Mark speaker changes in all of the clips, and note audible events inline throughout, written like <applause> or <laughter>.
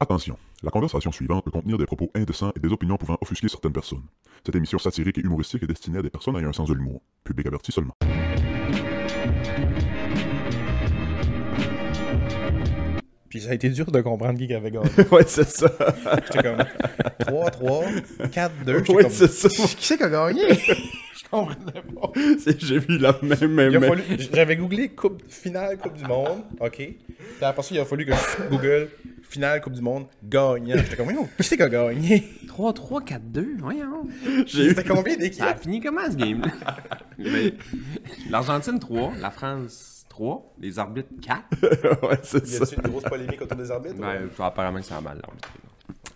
Speaker 1: Attention, la conversation suivante peut contenir des propos indécents et des opinions pouvant offusquer certaines personnes. Cette émission satirique et humoristique est destinée à des personnes ayant un sens de l'humour. Public averti seulement.
Speaker 2: Puis ça a été dur de comprendre qui avait gagné.
Speaker 3: <laughs> ouais, c'est ça.
Speaker 4: Ah
Speaker 2: J'étais
Speaker 3: <laughs>
Speaker 2: comme 3, 3, 4, 2. J'étais
Speaker 3: Ouais,
Speaker 2: comme,
Speaker 4: <laughs>
Speaker 3: c'est ça.
Speaker 2: qui c'est qui a gagné? Je comprenais pas.
Speaker 3: C'est- <laughs> J'ai vu la même, même,
Speaker 2: Il a
Speaker 3: même.
Speaker 2: fallu, j'avais googlé coupe, finale Coupe du Monde, ok. Puis après ça, il a fallu que je google finale Coupe du Monde gagnant. J'étais comme, voyons, qui c'est qui a gagné?
Speaker 5: 3, 3, 4, 2, voyons.
Speaker 3: <laughs> J'ai eu-
Speaker 2: C'était combien d'équipes?
Speaker 3: Ah,
Speaker 5: Ça a fini comment ce game
Speaker 4: <laughs>
Speaker 5: L'Argentine 3, la France 3, les arbitres 4.
Speaker 3: <laughs> ouais, c'est
Speaker 2: Y
Speaker 3: ça.
Speaker 2: a-tu une grosse polémique autour des arbitres? ou-
Speaker 5: Ben, apparemment que ça a mal l'arbitre.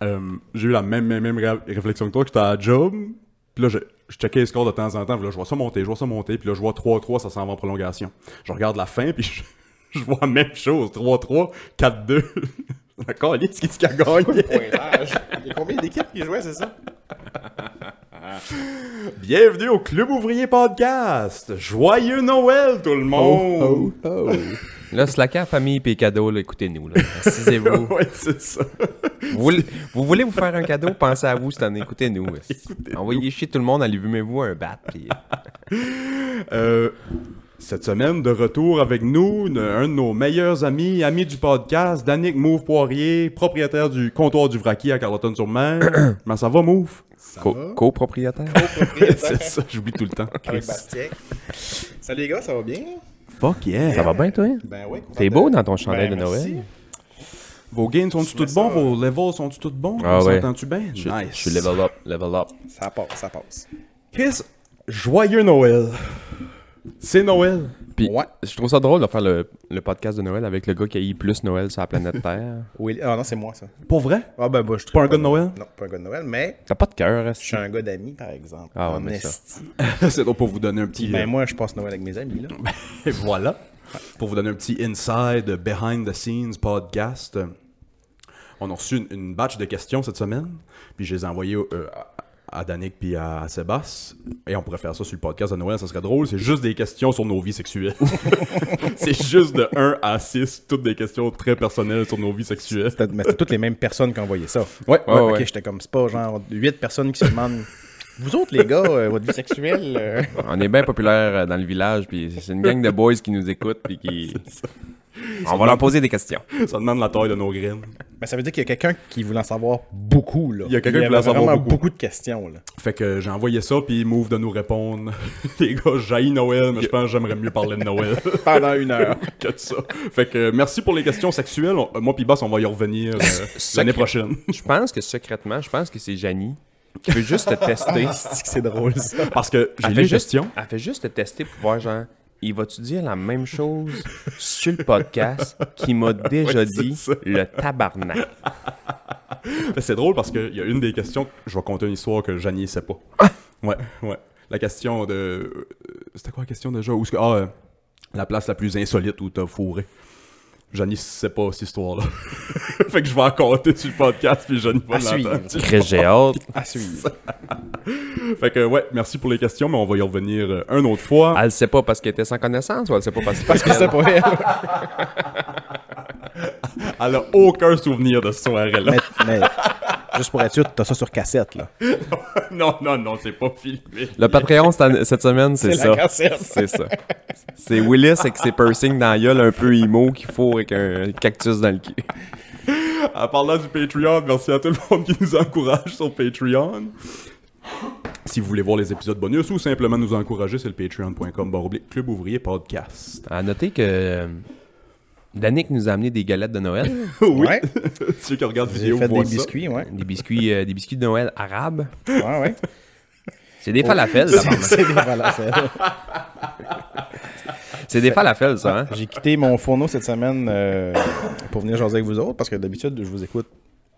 Speaker 3: Euh, j'ai eu la même, même, même ré- réflexion que toi, que j'étais à la job. Puis là, je, je checkais les scores de temps en temps. Puis là, je vois ça monter, je vois ça monter. Puis là, je vois 3-3, ça s'en va en prolongation. Je regarde la fin, puis <laughs> je, je vois la même chose. 3-3, <laughs> 4-2. D'accord, il ce qui a gagné.
Speaker 2: Pointage. Il y a combien d'équipes qui jouaient, c'est ça?
Speaker 3: Bienvenue au Club Ouvrier Podcast. Joyeux Noël, tout le monde.
Speaker 4: Là, Slacker, famille et cadeaux, là, écoutez-nous.
Speaker 3: <laughs>
Speaker 4: là. Assisez-vous.
Speaker 3: Ouais, c'est ça.
Speaker 4: vous, voulez- vous voulez vous faire un cadeau? Pensez à vous cette année.
Speaker 3: <laughs>
Speaker 4: Écoutez-nous. Envoyez chier tout le monde, allumez-vous un bat. puis-
Speaker 3: Euh, cette semaine, de retour avec nous, ne- un de nos meilleurs amis, ami du podcast, Danick Mouve Poirier, propriétaire du comptoir du Vraki
Speaker 4: <clears throat>
Speaker 3: à Carleton-sur-Mer. Comment ça va, Mouve?
Speaker 4: Co- copropriétaire?
Speaker 3: <laughs> C'est ça, j'oublie tout le temps.
Speaker 2: Avec Bastien. Salut les gars, ça va bien?
Speaker 3: Fuck yeah!
Speaker 4: Ça va bien, toi?
Speaker 2: Ben ouais. content
Speaker 4: T'es
Speaker 2: de-
Speaker 4: beau dans ton chandail
Speaker 2: Ben,
Speaker 4: de Noël.
Speaker 2: merci.
Speaker 3: Vos gains sont-tu tous bons? Vos levels sont-tu tous bons?
Speaker 4: Ah
Speaker 3: On
Speaker 4: ouais.
Speaker 3: s'entend-tu bien?
Speaker 4: Je,
Speaker 3: nice.
Speaker 4: je suis level up, level up.
Speaker 2: Ça passe, ça passe.
Speaker 3: Chris, joyeux Noël! C'est Noël!
Speaker 4: Puis,
Speaker 2: Ouais.
Speaker 4: je trouve ça drôle de faire le, le podcast de Noël avec le gars qui a eu plus Noël sur la planète <laughs> Terre.
Speaker 2: Oui, ah non, c'est moi ça.
Speaker 3: Pour vrai?
Speaker 2: Ah ben moi, je suis
Speaker 3: Pas un gars de Noël?
Speaker 2: Non, pas un gars de Noël, mais
Speaker 4: T'as pas de cœur,
Speaker 2: je
Speaker 4: est-ce
Speaker 2: suis un gars d'amis, par exemple.
Speaker 4: Ah ouais,
Speaker 2: En
Speaker 4: mais ça.
Speaker 2: esti.
Speaker 3: <laughs> C'est donc pour vous donner un petit...
Speaker 2: Ben moi, je passe Noël avec mes amis, là.
Speaker 3: Et voilà. Pour vous donner un petit inside euh, behind the scenes podcast, euh, on a reçu une, une batch de questions cette semaine, puis je les ai envoyées euh, à, à Danick puis à, à Sébastien. Et on pourrait faire ça sur le podcast de Noël, ça serait drôle. C'est juste des questions sur nos vies <laughs> sexuelles. c'est juste de 1 à 6, toutes des questions très personnelles sur nos vies sexuelles.
Speaker 2: C'était- Mais c'était toutes les mêmes personnes qui envoyaient ça.
Speaker 3: Ouais,
Speaker 4: ouais,
Speaker 2: ok,
Speaker 4: ouais.
Speaker 2: j'étais comme, c'est pas genre 8 personnes qui se demandent Vous autres, les gars, euh, votre vie sexuelle. euh,
Speaker 4: On est bien populaire euh, dans le village, puis c'est une gang de boys qui nous écoutent, puis <laughs> qui... On va leur poser des questions.
Speaker 3: Ça demande la taille de nos graines.
Speaker 2: Ben, ça veut dire qu'il y a quelqu'un qui voulait en savoir beaucoup, là.
Speaker 3: Il y a quelqu'un
Speaker 2: avait
Speaker 3: qui voulait en savoir
Speaker 2: vraiment
Speaker 3: beaucoup.
Speaker 2: de questions, là.
Speaker 3: Fait que j'ai envoyé ça, puis Move de nous répondre. <laughs> les gars, j'haïs Noël, mais je pense que j'aimerais mieux parler de Noël.
Speaker 2: <laughs> Pendant une heure.
Speaker 3: <laughs> que de ça. Fait que euh, merci pour les questions sexuelles. On- moi puis Bass, on va y revenir euh, l'année prochaine.
Speaker 4: Je pense que secrètement, je pense que c'est Janie qui veut <laughs> juste te tester.
Speaker 2: C'est que c'est drôle, ça.
Speaker 3: Parce que j'ai
Speaker 4: Elle
Speaker 3: les
Speaker 4: fait, juste,
Speaker 3: questions.
Speaker 4: elle fait juste te tester pour voir, genre, il va-tu dire la même chose sur le podcast qu'il <laughs> m'a déjà dit le tabarnak?
Speaker 3: <laughs> C'est drôle parce qu'il y a une des questions, je vais conter une histoire que Janie sait pas.
Speaker 2: Ah!
Speaker 3: Ouais, ouais. La question de... euh, C'était quoi la question déjà? Où est-ce que... Ah, euh, la place la plus insolite où t'as fourré. Janie sait pas cette histoire-là. <laughs> fait que je vais en compter sur le podcast, puis Janie va
Speaker 2: À suivre.
Speaker 3: l'entendre.
Speaker 4: Très j'ai hâte.
Speaker 2: À suivre.
Speaker 3: Fait que ouais, merci pour les questions, mais on va y revenir euh, une autre fois.
Speaker 4: Elle le sait pas parce qu'elle était sans connaissance ou elle le sait pas <laughs> parce que...
Speaker 2: Parce que c'est pas vrai.
Speaker 3: Elle a aucun souvenir de cette soirée-là.
Speaker 2: mais, mais, juste pour être sûr, t'as ça sur cassette, là.
Speaker 3: <laughs> non, non, non, c'est pas filmé.
Speaker 2: <laughs>
Speaker 4: Le Patreon cette cette semaine, c'est
Speaker 2: C'est la
Speaker 4: ça.
Speaker 2: cassette.
Speaker 4: C'est ça. C'est Willis avec ses piercings dans la gueule un peu emo qu'il faut avec un cactus dans le cul.
Speaker 3: En parlant du Patreon, merci à tout le monde qui nous encourage sur Patreon. Si vous voulez voir les épisodes bonus ou simplement nous encourager, c'est le patreon.com barre oblique Club Ouvrier Podcast. <laughs>
Speaker 4: À noter que euh, Danick nous a amené des galettes de <laughs> Noël,
Speaker 3: oui,
Speaker 2: Ouais.
Speaker 3: ceux qui regardent
Speaker 2: J'ai
Speaker 3: vidéo
Speaker 2: fait
Speaker 3: voient
Speaker 2: des
Speaker 3: ça.
Speaker 2: biscuits, ouais.
Speaker 4: des biscuits, euh, des biscuits de Noël arabes.
Speaker 2: Ouais, ouais.
Speaker 4: C'est des falafels, hein. tabarnak.
Speaker 2: <laughs> C'est des falafels.
Speaker 4: C'est des falafels, ça, <laughs> hein?
Speaker 2: <laughs> J'ai quitté mon fourneau cette semaine euh, pour venir jaser avec vous autres parce que d'habitude, je vous écoute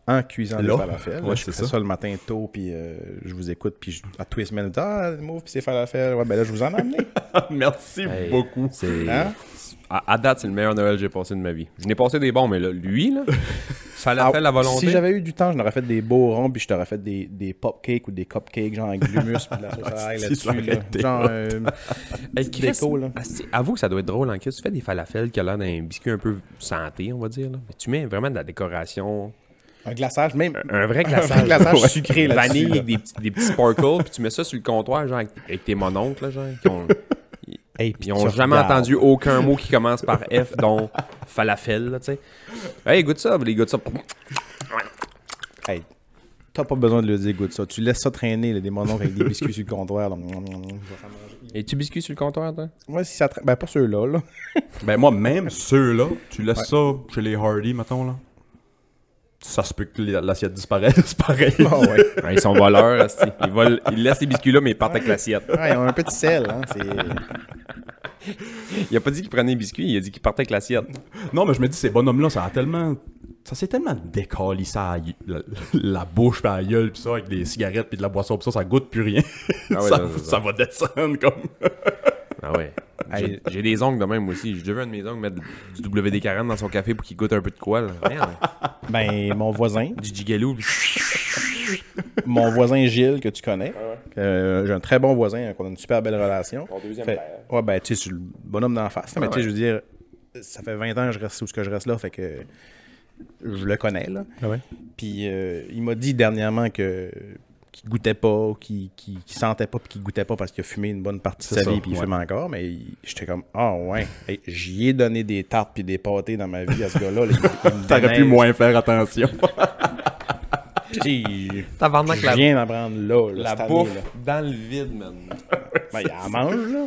Speaker 2: en cuisant les
Speaker 3: Là.
Speaker 2: falafels.
Speaker 3: Ouais,
Speaker 2: je
Speaker 3: c'est
Speaker 2: fais
Speaker 3: ça.
Speaker 2: ça. le matin tôt, puis euh, je vous écoute, puis je- à tous les semaines, ah, move, puis c'est falafels. Ouais, ben là, je vous en ai
Speaker 3: <laughs>
Speaker 2: amené.
Speaker 3: Ah, merci
Speaker 4: Hey,
Speaker 3: beaucoup.
Speaker 4: C'est...
Speaker 2: Hein?
Speaker 4: À, à date, c'est le meilleur Noël que j'ai passé de ma vie. Je n'ai passé des bons, mais là, lui,
Speaker 2: <laughs>
Speaker 4: là, falafel à volonté.
Speaker 2: Ah, Si j'avais eu du temps, je n'aurais fait des beaux ronds, puis je t'aurais fait des, des popcakes ou des cupcakes, genre avec du l'humus, puis de la
Speaker 3: <laughs>
Speaker 2: sauce à l'ail
Speaker 3: Ah, Si,
Speaker 2: là-dessus.
Speaker 3: ça aurait
Speaker 2: là.
Speaker 3: été
Speaker 2: Genre, euh,
Speaker 4: Hey, Chris,
Speaker 2: déco, là.
Speaker 4: asti, avoue que ça doit être drôle, en Chris. Tu fais des falafels qui ont l'air d'un biscuit un peu santé, on va dire. Là. Mais tu mets vraiment de la décoration.
Speaker 2: Un glaçage, même.
Speaker 4: Un vrai glaçage.
Speaker 2: vrai glaçage
Speaker 4: Ouais.
Speaker 2: sucré là-dessus,
Speaker 4: Vanille
Speaker 2: là.
Speaker 4: avec des petits, des petits sparkles, puis tu mets ça sur le comptoir, genre avec, avec tes mononcles, là, genre. qui <laughs> ont- ils-
Speaker 2: Hey, puis tu
Speaker 4: ils ont jamais
Speaker 2: regardes.
Speaker 4: entendu aucun mot qui commence par F, dont falafel, là, tu sais. Hey, goûte ça, les goûte ça.
Speaker 2: Hey, t'as pas besoin de le dire, goûte ça. Tu laisses ça traîner, là, des mononges avec des biscuits sur le comptoir. là.
Speaker 4: Et tu biscuit sur le comptoir, toi?
Speaker 2: Ouais, si ça traîne. Ben, pas ceux-là, là.
Speaker 3: Ben moi, même ceux-là, tu laisses ça chez les Hardy, mettons, là. Ça se peut que les- l'assiette disparaisse, <laughs> pareil.
Speaker 2: Ah ouais.
Speaker 4: Ouais, ils sont voleurs, esti. ils, volent, ils laissent les biscuits là, mais ils partent avec l'assiette.
Speaker 2: Ouais, ils ont un petit sel, hein. C'est...
Speaker 4: Il a pas dit qu'il prenait les biscuits, il a dit qu'il partait avec l'assiette.
Speaker 3: Non, mais je me dis, ces bonhommes-là, ça a tellement. Ça s'est tellement décalissé à la, gue- la- la bouche, pis à la gueule, pis ça, avec des cigarettes, pis de la boisson, pis ça, ça goûte plus rien.
Speaker 4: Ah ouais,
Speaker 3: <laughs> ça,
Speaker 4: non, c'est ça.
Speaker 3: ça va descendre comme.
Speaker 4: Ah <laughs> ouais. J'ai- J'ai des ongles de même aussi. J'ai déjà vu un de mes ongles mettre du WD-40 dans son café pour qu'il goûte un peu de quoi. Là. Merde.
Speaker 2: Ben, mon voisin,
Speaker 4: Du gigalou. puis-
Speaker 2: mon voisin Gilles, que tu connais. Euh, j'ai un très bon voisin, hein, qu'on a une super belle relation. Mon
Speaker 5: deuxième père.
Speaker 2: Ouais, ben, tu sais, je suis le bonhomme d'en face. là, mais tu sais, je veux dire, ça fait 20 ans que je reste où ce que je reste là, fait que je le connais, là.
Speaker 3: Ah
Speaker 2: Puis euh, il m'a dit dernièrement que qu'il goûtait pas, qu'il qu'il- qu'il sentait pas, puis qu'il goûtait pas parce qu'il a fumé une bonne partie de
Speaker 3: C'est
Speaker 2: sa vie,
Speaker 3: ça,
Speaker 2: puis il
Speaker 3: ouais.
Speaker 2: fume encore. Mais il- j'étais comme, ah ouais, Hey, j'y ai donné des tartes puis des pâtés dans ma vie à ce gars-là. là. Il- il me
Speaker 3: <laughs> T'aurais pu
Speaker 2: déneige.
Speaker 3: moins faire attention.
Speaker 2: Puis, tu sais,
Speaker 5: Tabarnak,
Speaker 2: Je
Speaker 5: la,
Speaker 2: viens d'en prendre là, là,
Speaker 5: la
Speaker 2: cette année,
Speaker 5: bouffe
Speaker 2: là.
Speaker 5: dans le vide, man.
Speaker 2: Ben, il en mange, là.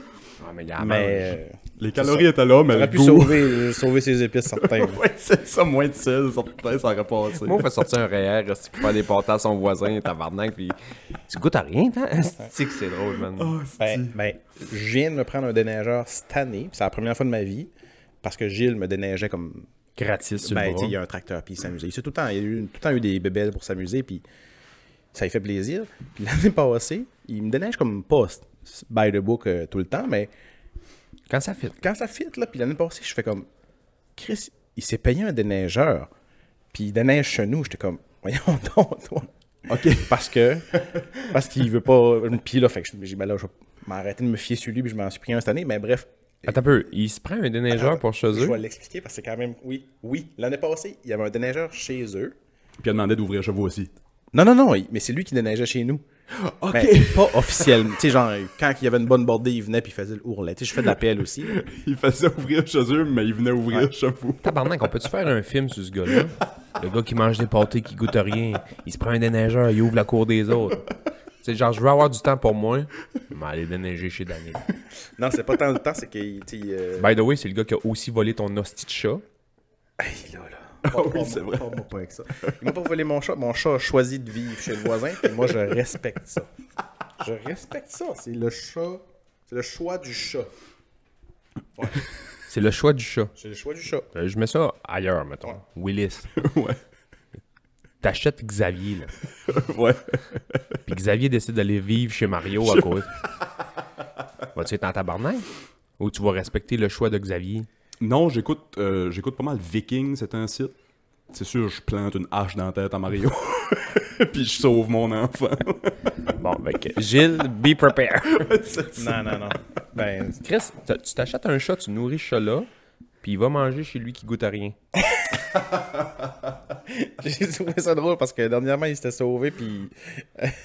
Speaker 4: Ah, mais il y a la mange.
Speaker 2: Mais euh,
Speaker 3: <laughs> Les calories étaient là, mais
Speaker 2: j'aurais
Speaker 3: le
Speaker 2: pu
Speaker 3: goût-
Speaker 2: sauver, euh, sauver ses épices, certains.
Speaker 3: <laughs> Ouais, c'est ça, moins de sel, certain, ça aurait passé. <laughs>
Speaker 4: Moi, on fait sortir un REER esti, pour faire des pâtes à son voisin, tabarnak, puis tu goûtes à rien, toi? Esti que <laughs> c'est drôle, man.
Speaker 2: Ben, ben, je viens de me prendre un déneigeur cette année, puis c'est la première fois de ma vie, parce que Gilles me déneigeait comme
Speaker 4: Gratis,
Speaker 2: Ben, tu sais, il y a un tracteur, puis il s'amusait. Il s'est tout le temps, il y a eu, tout le temps eu des bébelles pour s'amuser, puis ça lui fait plaisir. Puis l'année passée, il me déneige comme poste, by the book euh, tout le temps, mais
Speaker 4: Quand ça fit.
Speaker 2: quand ça fit, là, puis l'année passée, je fais comme, Chris, il s'est payé un déneigeur, puis il déneige chez nous. J'étais comme, voyons <laughs> donc, toi. OK. Parce que, parce qu'il veut pas, puis là, fait que je me dis, ben là, je vais m'arrêter de me fier sur lui, puis je m'en suis pris un cette année, mais bref.
Speaker 4: Attends un peu, il se prend un déneigeur pour chez
Speaker 2: Je
Speaker 4: eux.
Speaker 2: vais l'expliquer parce que c'est quand même, oui, oui, l'année passée, il y avait un déneigeur chez eux.
Speaker 3: Puis il a demandé d'ouvrir chez vous aussi.
Speaker 2: Non, non, non, il- mais c'est lui qui déneigeait chez nous.
Speaker 3: Ok.
Speaker 2: Ben, pas officiellement. tu sais, genre, quand il y avait une bonne bordée, il venait puis il faisait le ourlet. Tu sais, je fais de la PL <laughs> aussi. là.
Speaker 3: Il faisait ouvrir chez eux, mais il venait ouvrir chez vous. <laughs>
Speaker 4: Tabarnak, on peut-tu faire un film sur ce gars-là? Le gars qui mange des pâtés, qui goûte à rien, il se prend un déneigeur, il ouvre la cour des autres. C'est genre, je veux avoir du temps pour moi, je vais aller déneiger chez Danny.
Speaker 2: Non, c'est pas tant le temps, c'est qu'il, tu sais, euh,
Speaker 4: By the way, c'est le gars qui a aussi volé ton hostie de chat.
Speaker 2: hey, là, là. Ah <laughs> oui, c'est vrai. pas avec ça. Il m'a pas volé mon chat. Mon chat a choisi de vivre chez le voisin, puis moi, je respecte ça. Je respecte ça. C'est le chat. C'est le choix du chat.
Speaker 4: C'est le choix du chat.
Speaker 2: C'est le choix du chat.
Speaker 4: Euh, Je mets ça ailleurs, mettons. Willis.
Speaker 3: ouais.
Speaker 4: T'achètes Xavier, là.
Speaker 3: Ouais.
Speaker 4: Puis Xavier décide d'aller vivre chez Mario à cause. Vas-tu être en tabarnak? Ou tu vas respecter le choix de Xavier?
Speaker 3: Non, j'écoute euh, j'écoute pas mal Viking, c'est un site. C'est sûr, je plante une hache dans la tête à Mario. <laughs> Puis je sauve mon enfant. <laughs>
Speaker 4: Bon, ben, que- Gilles, be prepared.
Speaker 2: Non, non, non. Ben,
Speaker 4: Chris, t- tu t'achètes un chat, tu nourris ce chat-là, puis il va manger chez lui qui goûte à rien.
Speaker 2: <laughs> J'ai trouvé ça drôle parce que dernièrement, il s'était sauvé, puis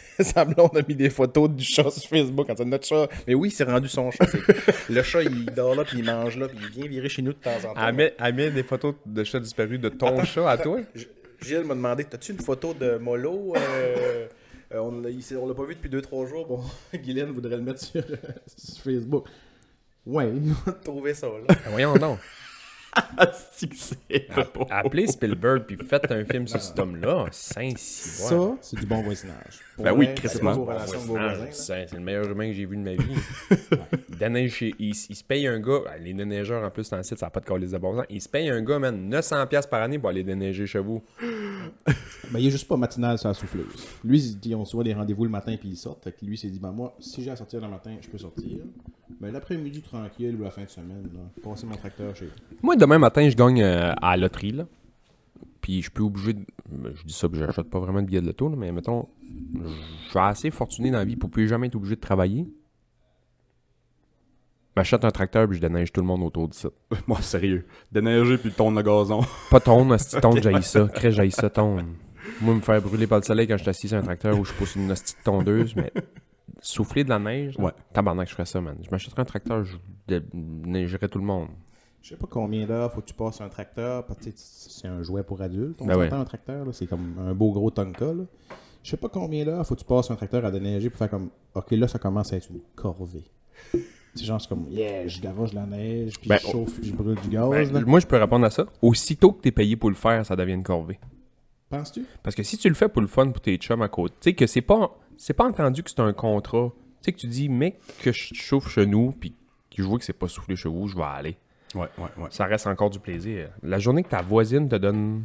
Speaker 2: <laughs> sa blonde a mis des photos du chat sur Facebook en disant notre chat. Mais oui, c'est rendu son chat. c'est- Le chat, il dort là, puis il mange là, puis il vient virer chez nous de temps en temps.
Speaker 4: met, des photos de chats disparus de ton chat à <laughs> toi?
Speaker 2: G- Gilles m'a demandé T'as-tu une photo de Molo Euh, euh, On l'a il s'est- on l'a pas vu depuis 2-3 jours. Bon, <laughs> Guylaine voudrait le mettre sur, euh, sur Facebook. Ouais, il va trouver ça là.
Speaker 4: Ben voyons donc.
Speaker 3: Asti que c'est drôle.
Speaker 4: Appelez Spielberg, puis faites un film sur cet homme-là. Saint-Cyboire.
Speaker 2: Ça, c'est du bon voisinage.
Speaker 3: Ben oui,
Speaker 2: Chris
Speaker 3: crissement.
Speaker 4: Ah, je sais, c'est le meilleur humain que j'ai vu de ma vie. Il déneige chez- il, s- il se paye un gars, ah, les déneigeurs en plus dans le site, ça n'a pas de calice de bon sens. Il se paye un gars, man, 900$ piastres par année pour aller déneiger chez vous.
Speaker 6: Ben, il est juste pas matinal sur la souffleuse. Lui, il dit, on se voit des rendez-vous le matin puis il sort. Fait que lui, il s'est dit, ben moi, si j'ai à sortir le matin, je peux sortir. Mais l'après-midi, tranquille, ou la fin de semaine, là, passer mon tracteur chez
Speaker 4: Moi, demain matin, je gagne euh, à la loterie, là. Puis je suis obligé de. ben, Je dis ça, puis j'achète pas vraiment de billets de loto, là, mais mettons, je suis assez fortuné dans la vie pour plus jamais être obligé de travailler. M'achète un tracteur, puis je déneige tout le monde autour de ça.
Speaker 3: Moi, sérieux. Déneiger puis tourne le gazon. <laughs>
Speaker 4: Pas tonne, si tonne, j'aille ça. Crée, j'aille ça, tonne. Moi, me faire brûler par le soleil quand je suis assis sur un tracteur ou je pousse une hostie de tondeuse, mais souffler de la neige,
Speaker 3: Ouais.
Speaker 4: tabarnak, je ferais ça, man. Je m'achèterais un tracteur, je dé- neigerais tout le monde.
Speaker 6: Je sais pas combien d'heures faut que tu passes sur un tracteur. parce que, tu sais, C'est un jouet pour adultes. On
Speaker 4: Ben ouais.
Speaker 6: s'entend, un tracteur, là, c'est comme un beau gros Tonka. là. Je sais pas combien d'heures faut que tu passes sur un tracteur à déneiger pour faire comme OK, là ça commence à être une corvée. C'est genre c'est comme yeah, je garoche la neige, puis
Speaker 4: Ben,
Speaker 6: je chauffe, puis je brûle du gaz.
Speaker 4: Ben,
Speaker 6: là.
Speaker 4: moi, je peux répondre à ça. Aussitôt que t'es payé pour le faire, ça devient une corvée.
Speaker 6: Penses-tu
Speaker 4: Parce que si tu le fais pour le fun pour tes chums à côté, tu sais que c'est pas c'est pas entendu que c'est un contrat. Tu sais que tu dis mec que je chauffe chez nous puis que je vois que c'est pas soufflé chez vous, je vais aller.
Speaker 3: Ouais, ouais, ouais.
Speaker 4: Ça reste encore du plaisir. La journée que ta voisine te donne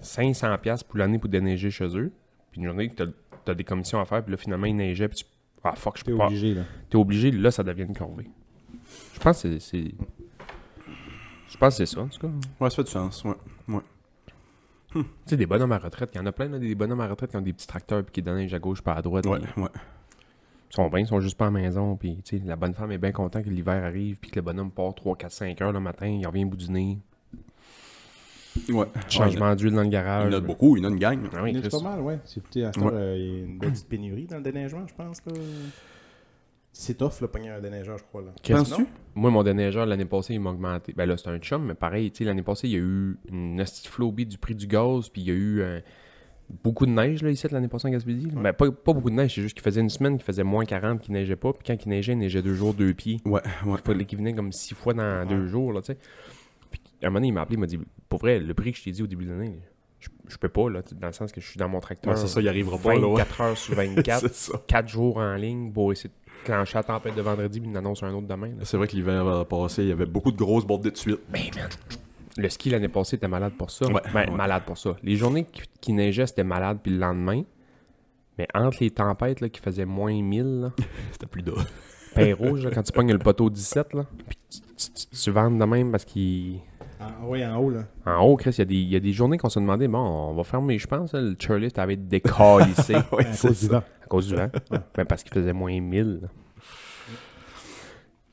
Speaker 4: 500 pièces pour l'année pour déneiger chez eux, puis une journée que t'as- t'as des commissions à faire puis là finalement ils neigeaient puis tu ah fuck je
Speaker 6: T'es
Speaker 4: peux pas.
Speaker 6: obligé là.
Speaker 4: T'es obligé là ça devient une corvée. Je pense que c'est c'est- je pense que c'est ça en tout cas.
Speaker 3: Ouais, ça fait du sens, ouais. ouais.
Speaker 4: Tu sais, des bonhommes à retraite, il y en a plein, là, des bonhommes à retraite qui ont des petits tracteurs puis qui donnent à gauche, pas à droite.
Speaker 3: Ouais,
Speaker 4: puis
Speaker 3: ouais.
Speaker 4: Ils sont bien, ils sont juste pas à la maison. Puis, tu sais, la bonne femme est bien contente que l'hiver arrive puis que le bonhomme part 3, 4, 5 heures le matin, il revient au bout du nez.
Speaker 3: ouais.
Speaker 4: Changement d'huile dans le
Speaker 3: Il y
Speaker 4: garage.
Speaker 3: en a beaucoup, il y en a une gang.
Speaker 4: Ah oui,
Speaker 6: Mais C'est
Speaker 4: Christ.
Speaker 6: pas mal, ouais. C'est tu sais, à cette
Speaker 3: Ouais.
Speaker 6: heure, euh, il y a une belle petite pénurie dans le déneigement, je pense. là. C'est tough le pogner un déneigeur, je crois là.
Speaker 4: Qu'est-ce-
Speaker 3: Penses-tu?
Speaker 4: Moi, mon déneigeur, l'année passée, il m'a augmenté. Ben là, c'est un chum, mais pareil, tu sais, l'année passée, il y a eu une petite flobie du prix du gaz, puis il y a eu euh, beaucoup de neige, là, ici, l'année passée, en Gaspésie. là. Ben, pas, pas beaucoup de neige, c'est juste qu'il faisait une semaine, qu'il faisait moins 40, qu'il neigeait pas, puis quand il neigeait, il neigeait deux jours, deux pieds.
Speaker 3: Ouais, ouais.
Speaker 4: Faut qu'il venait comme six fois dans deux jours, là, tu sais. Puis, à un moment donné, il m'a appelé, il m'a dit, pour vrai, le prix que je t'ai dit au début de l'année, je, je peux pas, là, tu- dans le sens que je suis dans mon tracteur.
Speaker 3: Ouais, c'est ça, il arrivera pas, là, ouais.
Speaker 4: 24 heures
Speaker 3: <laughs>
Speaker 4: sur 24,
Speaker 3: C'est ça.
Speaker 4: 4 jours en ligne pour essayer de clencher la tempête de vendredi, puis il en annonce un autre demain, là.
Speaker 3: C'est vrai que l'hiver euh, passé, il y avait beaucoup de grosses bordées de suite.
Speaker 4: Le ski l'année passée était malade pour ça.
Speaker 3: Ben, Ouais,
Speaker 4: Ben,
Speaker 3: ouais.
Speaker 4: malade pour ça. Les journées qui, qui neigeaient, c'était malade, puis le lendemain. Mais entre les tempêtes là, qui faisaient moins 1000,
Speaker 3: <laughs>
Speaker 4: là,
Speaker 3: Ben, C'était plus d'or.
Speaker 4: pain rouge, là, quand tu pognes le poteau 17, là, puis tu, tu, tu- tu vends de même parce qu'il.
Speaker 6: Ah, ouais, en haut là.
Speaker 4: En haut, Chris, il y, a des- il y a des journées qu'on se demandait, bon, on va fermer, je pense, là, le chairlift avait
Speaker 6: <laughs>
Speaker 4: décalissé
Speaker 3: Ouais,
Speaker 6: À
Speaker 3: c'est
Speaker 6: cause du
Speaker 3: ça.
Speaker 6: vent.
Speaker 4: à cause du vent. Ben, parce qu'il faisait moins 1000. là.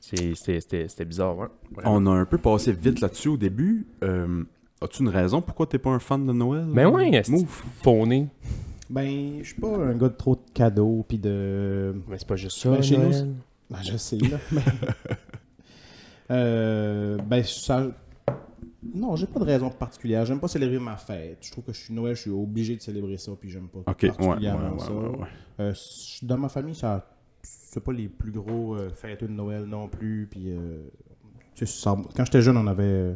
Speaker 4: C'est- C'était c'était- c'était bizarre, hein?
Speaker 3: On a un peu passé vite là-dessus au début. Euh, As-tu une raison pourquoi t'es pas un fan de Noël?
Speaker 4: Mais Ben ouais, c'est
Speaker 3: Mouf.
Speaker 4: fauné.
Speaker 6: Ben, je suis pas un gars de trop de cadeaux, puis de.
Speaker 4: Mais c'est pas juste ça.
Speaker 6: Ben, chez nous,
Speaker 4: Noël.
Speaker 6: c'est- Ben, je sais, là. mais- Euh, ben, ça. Non, j'ai pas de raison particulière. J'aime pas célébrer ma fête. Je trouve que je suis Noël, je suis obligé de célébrer ça, puis j'aime pas
Speaker 3: Ok, ouais,
Speaker 6: particulièrement
Speaker 3: ouais, ouais,
Speaker 6: ça.
Speaker 3: ouais, ouais.
Speaker 6: Euh, c- dans ma famille, ça. C'est pas les plus gros euh, fêtes de Noël non plus, puis. euh, tu sais, ça- Quand j'étais jeune, on avait euh,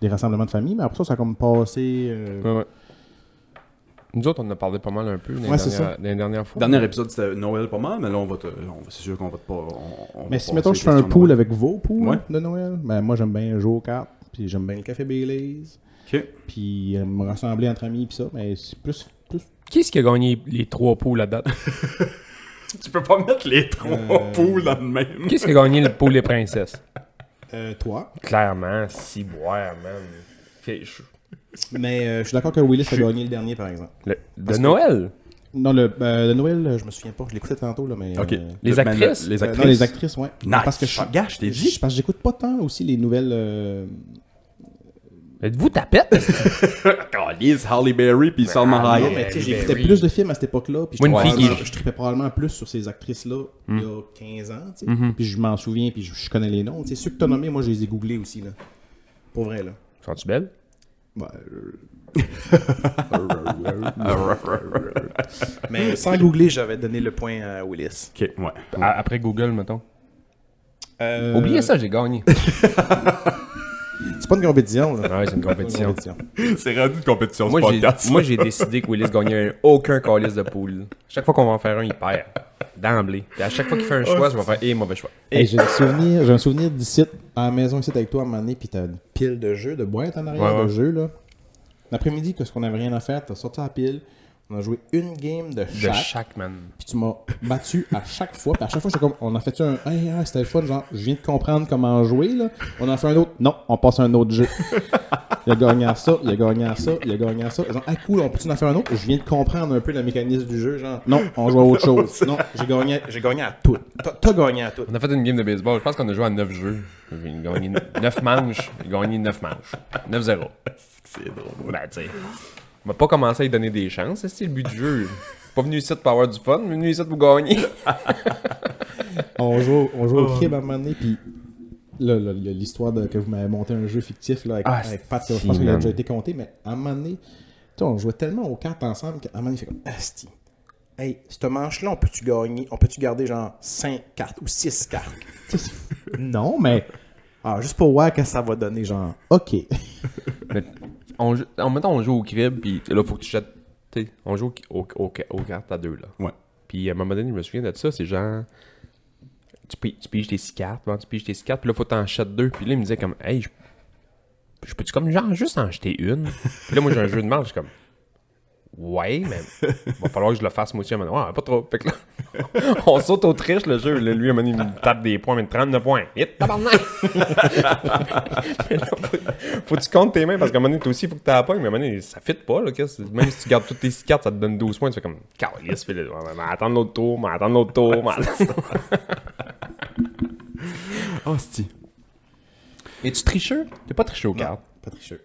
Speaker 6: des rassemblements de famille, mais après ça, ça a comme passé. euh,
Speaker 4: Ouais, ouais. Nous autres, on en a parlé pas mal un peu dans
Speaker 6: Ouais,
Speaker 4: les
Speaker 6: c'est
Speaker 4: dernières- dans les dernières fois.
Speaker 3: Dernier épisode, c'était Noël pas mal, mais là, on va te... on- c'est sûr qu'on va te pas... on- on
Speaker 6: Mais
Speaker 3: va
Speaker 6: si,
Speaker 3: passer
Speaker 6: mettons, je fais un
Speaker 3: question
Speaker 6: pool
Speaker 3: Noël.
Speaker 6: avec vos poules
Speaker 3: Ouais.
Speaker 6: de Noël, ben moi, j'aime bien jouer aux cartes, puis j'aime bien le café Baileys,
Speaker 3: Ok.
Speaker 6: puis euh, me rassembler entre amis, puis ça, mais c'est plus... plus
Speaker 4: Qui est-ce qui a gagné les trois poules à date?
Speaker 3: Tu peux pas mettre les trois poules dans le même.
Speaker 4: <laughs> Qui est-ce qui a gagné le poule des princesses?
Speaker 6: euh, toi.
Speaker 4: Clairement, ciboire, man. Ok, je-
Speaker 6: Mais euh, je suis d'accord que Willis a gagné le dernier, par exemple.
Speaker 4: le- De Noël?
Speaker 6: Non, le, euh, le Noël, euh, je me souviens pas, je l'écoutais tantôt, là, mais...
Speaker 3: Ok.
Speaker 6: euh,
Speaker 4: Les
Speaker 3: Le- mais le-
Speaker 4: actrices?
Speaker 3: Les
Speaker 6: euh,
Speaker 3: actrices.
Speaker 6: non, les actrices, ouais.
Speaker 3: Nice.
Speaker 6: Parce que Ah, je,
Speaker 3: Gars, je t'ai dit.
Speaker 6: je- parce que j'écoute pas tant aussi les nouvelles... euh,
Speaker 4: Êtes-vous tapette?
Speaker 3: Calice, Halle Berry Ah, puis Salma
Speaker 4: Ah,
Speaker 6: non,
Speaker 3: Hayek.
Speaker 6: mais tu sais,
Speaker 4: Halle
Speaker 6: j'écoutais
Speaker 4: Berry.
Speaker 6: plus de films à cette époque-là, puis je,
Speaker 4: Moi, une fille qui- Mm.
Speaker 6: probablement- je tripais probablement plus sur ces actrices-là il y a 15 ans, tu sais.
Speaker 4: Mm-hmm.
Speaker 6: Puis je m'en souviens, puis je, je connais les noms. Tu sais, ceux que t'as nommés, moi, je les ai googlés aussi, là. Pour vrai, là.
Speaker 4: Sont-tu belles?
Speaker 6: Ouais,
Speaker 4: <laughs>
Speaker 6: euh. Mais sans googler, j'avais donné le point à Willis.
Speaker 3: Ok, ouais.
Speaker 4: À- Après Google, mettons.
Speaker 6: Euh,
Speaker 4: Oubliez ça, j'ai gagné.
Speaker 6: C'est pas une compétition, là.
Speaker 4: Ah ouais, c'est une
Speaker 6: C'est pas une
Speaker 4: compétition.
Speaker 6: compétition.
Speaker 3: C'est rendu une compétition,
Speaker 4: Moi,
Speaker 3: ce
Speaker 4: j'ai-
Speaker 3: podcast.
Speaker 4: moi, j'ai décidé que Willis gagnait un- aucun calice de poule. Chaque fois qu'on va en faire un, il perd. D'emblée. Puis à chaque fois qu'il fait un choix, je vais faire « Eh, mauvais choix
Speaker 6: Hey, j'ai un souvenir, j'ai un souvenir d'ici à la maison ici avec toi à un moment donné, puis t'as une pile de jeux, de boîtes en arrière
Speaker 4: Ouais, ouais.
Speaker 6: de jeux là. L'après-midi, parce qu'on n'avait rien à faire, t'as sorti la pile, on a joué une game de ».
Speaker 4: De
Speaker 6: chaque,
Speaker 4: chaque, man.
Speaker 6: puis tu m'as battu à chaque fois, puis à chaque fois j'étais comme, on a fait un, hey, hey, c'était le fun, genre, je viens de comprendre comment jouer là, on en fait un autre, non, on passe à un autre jeu. <laughs> Il a gagné à ça, il a gagné à ça, il a gagné à ça. Genre, ah cool, on peut-tu en faire un autre? Je viens de comprendre un peu le mécanisme du jeu. Genre, non, on joue à <laughs> autre chose. Non, j'ai gagné, j'ai gagné à tout. T'as- T'as gagné à tout.
Speaker 4: On a fait une game de baseball. Je pense qu'on a joué à 9 jeux. J'ai gagné 9 manches. J'ai gagné 9 manches. 9-0. C'est drôle. Ben, tu sais. On va pas commencer à lui donner des chances, c'est le but du jeu. pas venu ici pour avoir du fun, mais venu ici pour gagner.
Speaker 6: On joue, on joue au crib à un moment donné, puis là, là, là, l'histoire de que vous m'avez monté un jeu fictif là, avec,
Speaker 4: Ah,
Speaker 6: avec Pat, là, je
Speaker 4: si,
Speaker 6: pense qu'il a
Speaker 4: man.
Speaker 6: déjà été compté, mais à un moment donné, tu sais, on jouait tellement aux cartes ensemble qu'à un moment donné, il fait comme Asti. Hey, cette manche-là, on peut-tu gagner On peut-tu garder genre 5 cartes ou 6 cartes Tu sais, c'est- Non, mais. Ah, juste pour voir que ça va donner, genre. Ok.
Speaker 4: Mais on, joue- en même temps, on joue au crib, puis là, faut que tu jettes. tu sais, on joue au, au- au- aux cartes à deux, là.
Speaker 3: Ouais.
Speaker 4: Puis à un moment donné, je me souviens de ça, c'est genre. Tu, pi- tu piges tes six cartes, hein, tu piges tes six cartes, puis là, faut que t'en jettes deux. Puis là, il me disait comme, hey, je, je peux-tu comme genre juste en jeter une? Puis là, moi, j'ai un jeu de marge, je suis comme, ouais, mais va falloir que je le fasse moi aussi. à un moment donné. Ouais, pas trop. Fait que là, <laughs> on saute au triche le jeu. Là, lui, à un moment donné, il me tape des points, mais 39 points. Hit, <laughs> tabarnak! faut que tu comptes tes mains parce qu'à un moment donné, toi aussi, il faut que tu la pognes, mais à un moment donné, ça fit pas. Là, Chris. Même si tu gardes toutes tes six cartes, ça te donne 12 points. Tu fais comme, calice, Philippe. On va attendre l'autre tour, on va attendre l'autre tour. on va attendre-
Speaker 3: Ah, si.
Speaker 4: Es-tu tricheux T'es pas tricheux aux cartes.
Speaker 6: <laughs> Pas tricheux.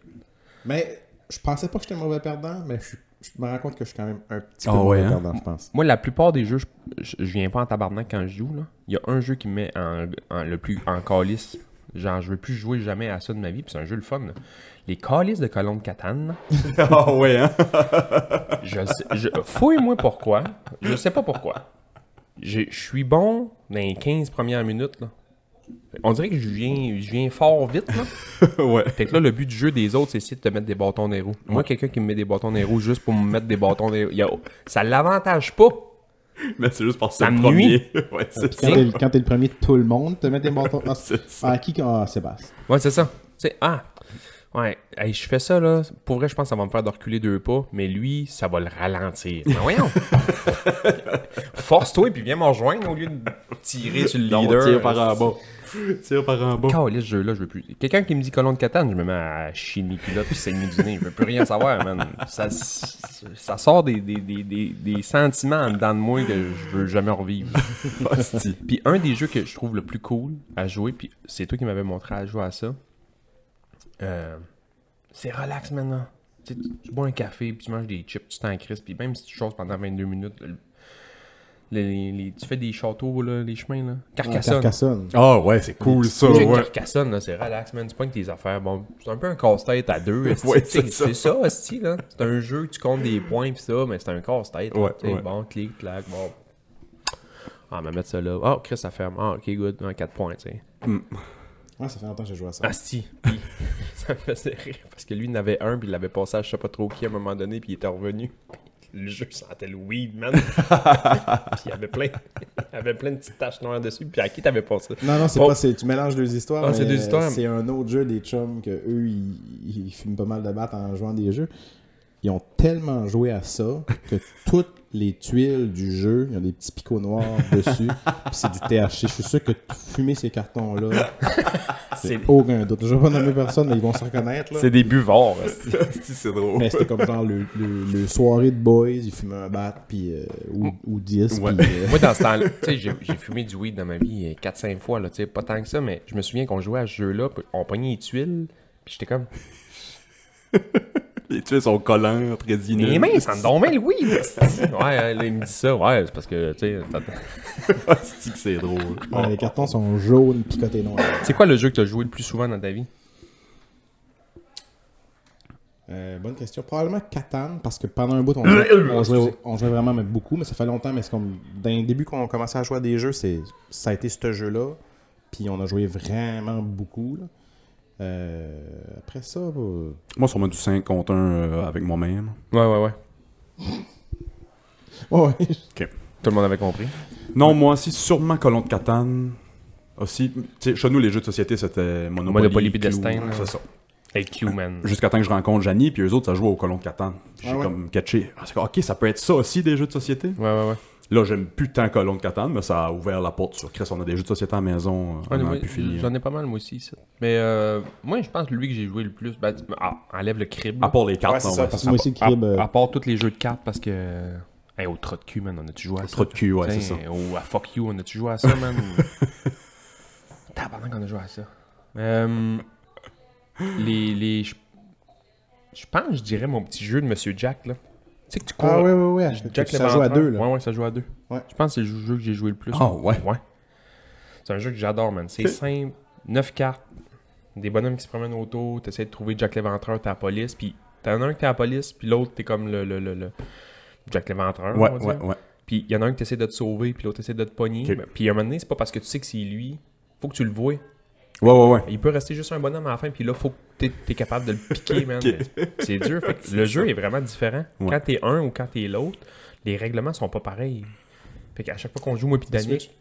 Speaker 6: Mais je pensais pas que j'étais un mauvais perdant, mais je, je me rends compte que je suis quand même un petit peu
Speaker 3: Ah ouais,
Speaker 6: mauvais
Speaker 3: hein?
Speaker 6: perdant, je pense.
Speaker 4: Moi, la plupart des jeux, je, je- je viens pas en tabarnak quand je joue. là. Il y a un jeu qui me met en, en- le plus en calice. Genre, je veux plus jouer jamais à ça de ma vie, puis c'est un jeu le fun. là. Les calices de colon de Catane. là.
Speaker 3: Ah, ouais, hein. <laughs>
Speaker 4: Je, sais- je fouille-moi pourquoi. Je sais pas pourquoi. Je je suis bon dans les 15 premières minutes. Là. On dirait que je viens, je viens fort vite. Là.
Speaker 3: ouais.
Speaker 4: Fait que là, le but du jeu des autres, c'est essayer de te mettre des bâtons des roues. Moi, quelqu'un qui me met des bâtons des roues juste pour me mettre des bâtons des roues, il y a- ça l'avantage pas.
Speaker 3: Mais c'est juste parce que
Speaker 4: Ça
Speaker 3: c'est le
Speaker 4: me
Speaker 3: premier. <laughs> ouais, c'est ça.
Speaker 6: Quand t'es, le- quand t'es le premier de tout le monde, te mets des bâtons. <laughs> Ah,
Speaker 3: C'est ça.
Speaker 6: ah, qui Ah, Sébastien.
Speaker 4: Ouais, c'est ça. Tu sais, ah, ouais, hey, je fais ça, là. Pour vrai, je pense que ça va me faire de reculer deux pas, mais lui, ça va le ralentir.
Speaker 3: Ben
Speaker 4: Mais voyons! <laughs> Force-toi, puis viens me rejoindre au lieu de tirer sur le
Speaker 3: Non,
Speaker 4: leader.
Speaker 3: tire par
Speaker 6: euh,
Speaker 3: en bas. Tire par en bas.
Speaker 4: Calais, ce jeu-là, je veux plus. Quelqu'un qui me dit colon de Catane, je me mets à chier mes culottes puis saigner du nez. Je veux plus rien savoir, man. Ça, ça sort des, des, des, des, des sentiments en dedans de moi que je veux jamais revivre.
Speaker 3: <laughs> Hostie.
Speaker 4: Puis un des jeux que je trouve le plus cool à jouer, puis c'est toi qui m'avais montré à jouer à ça, euh, c'est relax maintenant. Tu, sais, tu- tu bois un café, puis tu manges des chips, tu t'en crises, puis même si tu choses pendant 22 minutes, le- les- les- tu fais des châteaux, là, les chemins, là. Carcassonne.
Speaker 6: Carcassonne.
Speaker 3: Ah, ouais, c'est cool, ça,
Speaker 4: Tu sais,
Speaker 3: ouais.
Speaker 4: Carcassonne, là, c'est relax, man. Tu pognes tes affaires. Bon, c'est un peu un casse-tête à
Speaker 3: <laughs>
Speaker 4: deux. esti.
Speaker 3: Ouais,
Speaker 4: Tu sais,
Speaker 3: c'est ça.
Speaker 4: c'est ça, aussi, là. C'est un jeu, tu comptes des points, pis ça, mais c'est un casse-tête. là.
Speaker 3: Ouais,
Speaker 4: Tu sais,
Speaker 3: ouais.
Speaker 4: Bon, clic, clac, bon. Ah, on va mettre ça là. Ah, Chris, ça ferme. Ah, ok, good. 4 points, tu sais.
Speaker 6: Ah, ça fait longtemps que j'ai joué à ça.
Speaker 4: Asti. Puis, <laughs> ça me faisait rire parce que lui, il en avait un, puis il l'avait passé à je sais pas trop qui à un moment donné, puis il était revenu. Le jeu sentait le weed,
Speaker 3: <laughs>
Speaker 4: man. puis il y avait plein, il avait plein de petites taches noires dessus, puis à qui t'avais passé
Speaker 6: Non, non, c'est
Speaker 4: Bon.
Speaker 6: pas. c'est- Tu mélanges deux histoires.
Speaker 4: Ah,
Speaker 6: mais
Speaker 4: c'est deux histoires.
Speaker 6: C'est un autre jeu des chums que eux, ils, ils fument pas mal de battes en jouant des jeux. Ils ont tellement joué à ça <laughs> que toutes les tuiles du jeu, ils ont des petits picots noirs <laughs> dessus. Puis c'est du THC. Je suis sûr que t- fumer ces cartons-là,
Speaker 4: C'est-
Speaker 6: <laughs> c'est aucun doute. Je vais pas nommer personne, mais ils vont se reconnaître. Là.
Speaker 4: C'est des buvards,
Speaker 3: hein.
Speaker 4: asti.
Speaker 3: Hostie, c'est drôle.
Speaker 6: Mais c'était comme genre le, le- le soirée de boys, ils fumaient un bat puis, euh, ou, ou 10.
Speaker 3: Ouais.
Speaker 6: puis, euh,
Speaker 4: Moi, dans ce temps-là, tu sais, j'ai j'ai fumé du weed dans ma vie euh, 4-5 fois, là, tu sais, pas tant que ça, mais je me souviens qu'on jouait à ce jeu-là, puis on pognait les tuiles, puis j'étais comme,
Speaker 3: <laughs> Les tuiles sont collants, très
Speaker 4: mais
Speaker 3: innées.
Speaker 4: les mains, ça me dormait le weed! esti. ouais, euh, là, il me dit ça, ouais, c'est parce que, tu sais, t'as-
Speaker 3: Hostie que c'est drôle.
Speaker 6: ouais, euh, <laughs> les cartons sont jaunes, picotés noirs.
Speaker 4: c'est quoi le jeu que t'as joué le plus souvent dans ta vie?
Speaker 6: Euh, bonne question. Probablement Catan, parce que pendant un bout, on, on jouait, on jouait vraiment mais beaucoup, mais ça fait longtemps. Mais c'est comme, d'un début, qu'on commençait à jouer à des jeux, c'est, ça a été ce jeu-là. Puis on a joué vraiment beaucoup. là. Euh, après ça, euh,
Speaker 3: Moi, sûrement du 5 contre 1 euh, avec moi-même.
Speaker 4: Ouais, ouais, ouais.
Speaker 6: ouais, ouais.
Speaker 4: Tout le monde avait compris.
Speaker 3: Non, moi aussi, sûrement Colon de Catane. Aussi, tu sais, chez nous, les jeux de société, c'était Monopoly,
Speaker 4: Monopoly puis
Speaker 3: Clou,
Speaker 4: Destin, là.
Speaker 3: C'est ça.
Speaker 4: Hey, Q-Man.
Speaker 3: Jusqu'à temps que je rencontre Janie, puis eux autres, ça joue au Colon de Catane. Puis J'ai
Speaker 6: Ah ouais.
Speaker 3: comme catché. Ah, c'est- ok, ça peut être ça aussi, des jeux de société.
Speaker 4: Ouais, ouais, ouais.
Speaker 3: Là, j'aime plus tant Colon de Catane, mais ça a ouvert la porte sur Chris. On a des jeux de société à la maison. euh,
Speaker 4: Ouais,
Speaker 3: on en a
Speaker 4: ouais,
Speaker 3: pu finir.
Speaker 4: J'en ai pas mal, moi aussi, ça. Mais euh, moi, je pense que lui que j'ai joué le plus, ben, tu- ah, enlève le crib. là.
Speaker 3: À part les cartes,
Speaker 6: Ouais, c'est
Speaker 3: non,
Speaker 6: ça,
Speaker 3: ouais,
Speaker 6: <laughs> parce
Speaker 3: c'est
Speaker 6: que moi aussi, le
Speaker 4: À,
Speaker 6: crib. euh,
Speaker 4: à part tous les jeux de cartes, parce que. Hey, au trot de cul, man, on a-tu joué à ça?
Speaker 3: trop de cul, ouais, c'est
Speaker 4: Putain,
Speaker 3: ça.
Speaker 4: Ou à Fuck You, on a-tu joué à
Speaker 3: <laughs>
Speaker 4: ça, man? Tabarnak, on a joué à ça. Euh, les, les, je- Je pense, que je dirais mon petit jeu de Monsieur Jack, là. Tu sais que tu cours.
Speaker 6: Ah ouais, ouais, ouais.
Speaker 4: Jack
Speaker 6: ça joue à
Speaker 4: l'éventreur.
Speaker 6: deux, là.
Speaker 4: Ouais, ouais, ça joue à deux.
Speaker 6: Ouais.
Speaker 4: Je pense que c'est le jeu que j'ai joué le plus.
Speaker 3: Ah, ouais.
Speaker 4: Ouais. C'est un jeu que j'adore, man. C'est simple. 9 cartes, des bonhommes qui se promènent autour, t'essaies de trouver Jack l'Éventreur, t'es à la police, puis t'en as un que t'es à la police, puis l'autre t'es comme le, le, le, le Jack l'Éventreur.
Speaker 3: Ouais,
Speaker 4: on va dire.
Speaker 3: ouais, ouais.
Speaker 4: Puis il y en a un que t'essaies de te sauver, puis l'autre t'essaies de te pogner.
Speaker 3: Ok.
Speaker 4: Mais- Puis à un moment donné, c'est pas parce que tu sais que c'est lui, faut que tu le vois.
Speaker 3: Ouais, ouais, ouais.
Speaker 4: Il peut rester juste un bonhomme à la fin, puis là, faut que t'es, t'es capable de le
Speaker 3: <laughs>
Speaker 4: piquer, man. C'est dur. Fait que le jeu est vraiment différent.
Speaker 3: Ouais.
Speaker 4: Quand t'es un ou quand t'es l'autre, les règlements sont pas pareils. Fait qu'à chaque fois qu'on joue, moi puis Danick,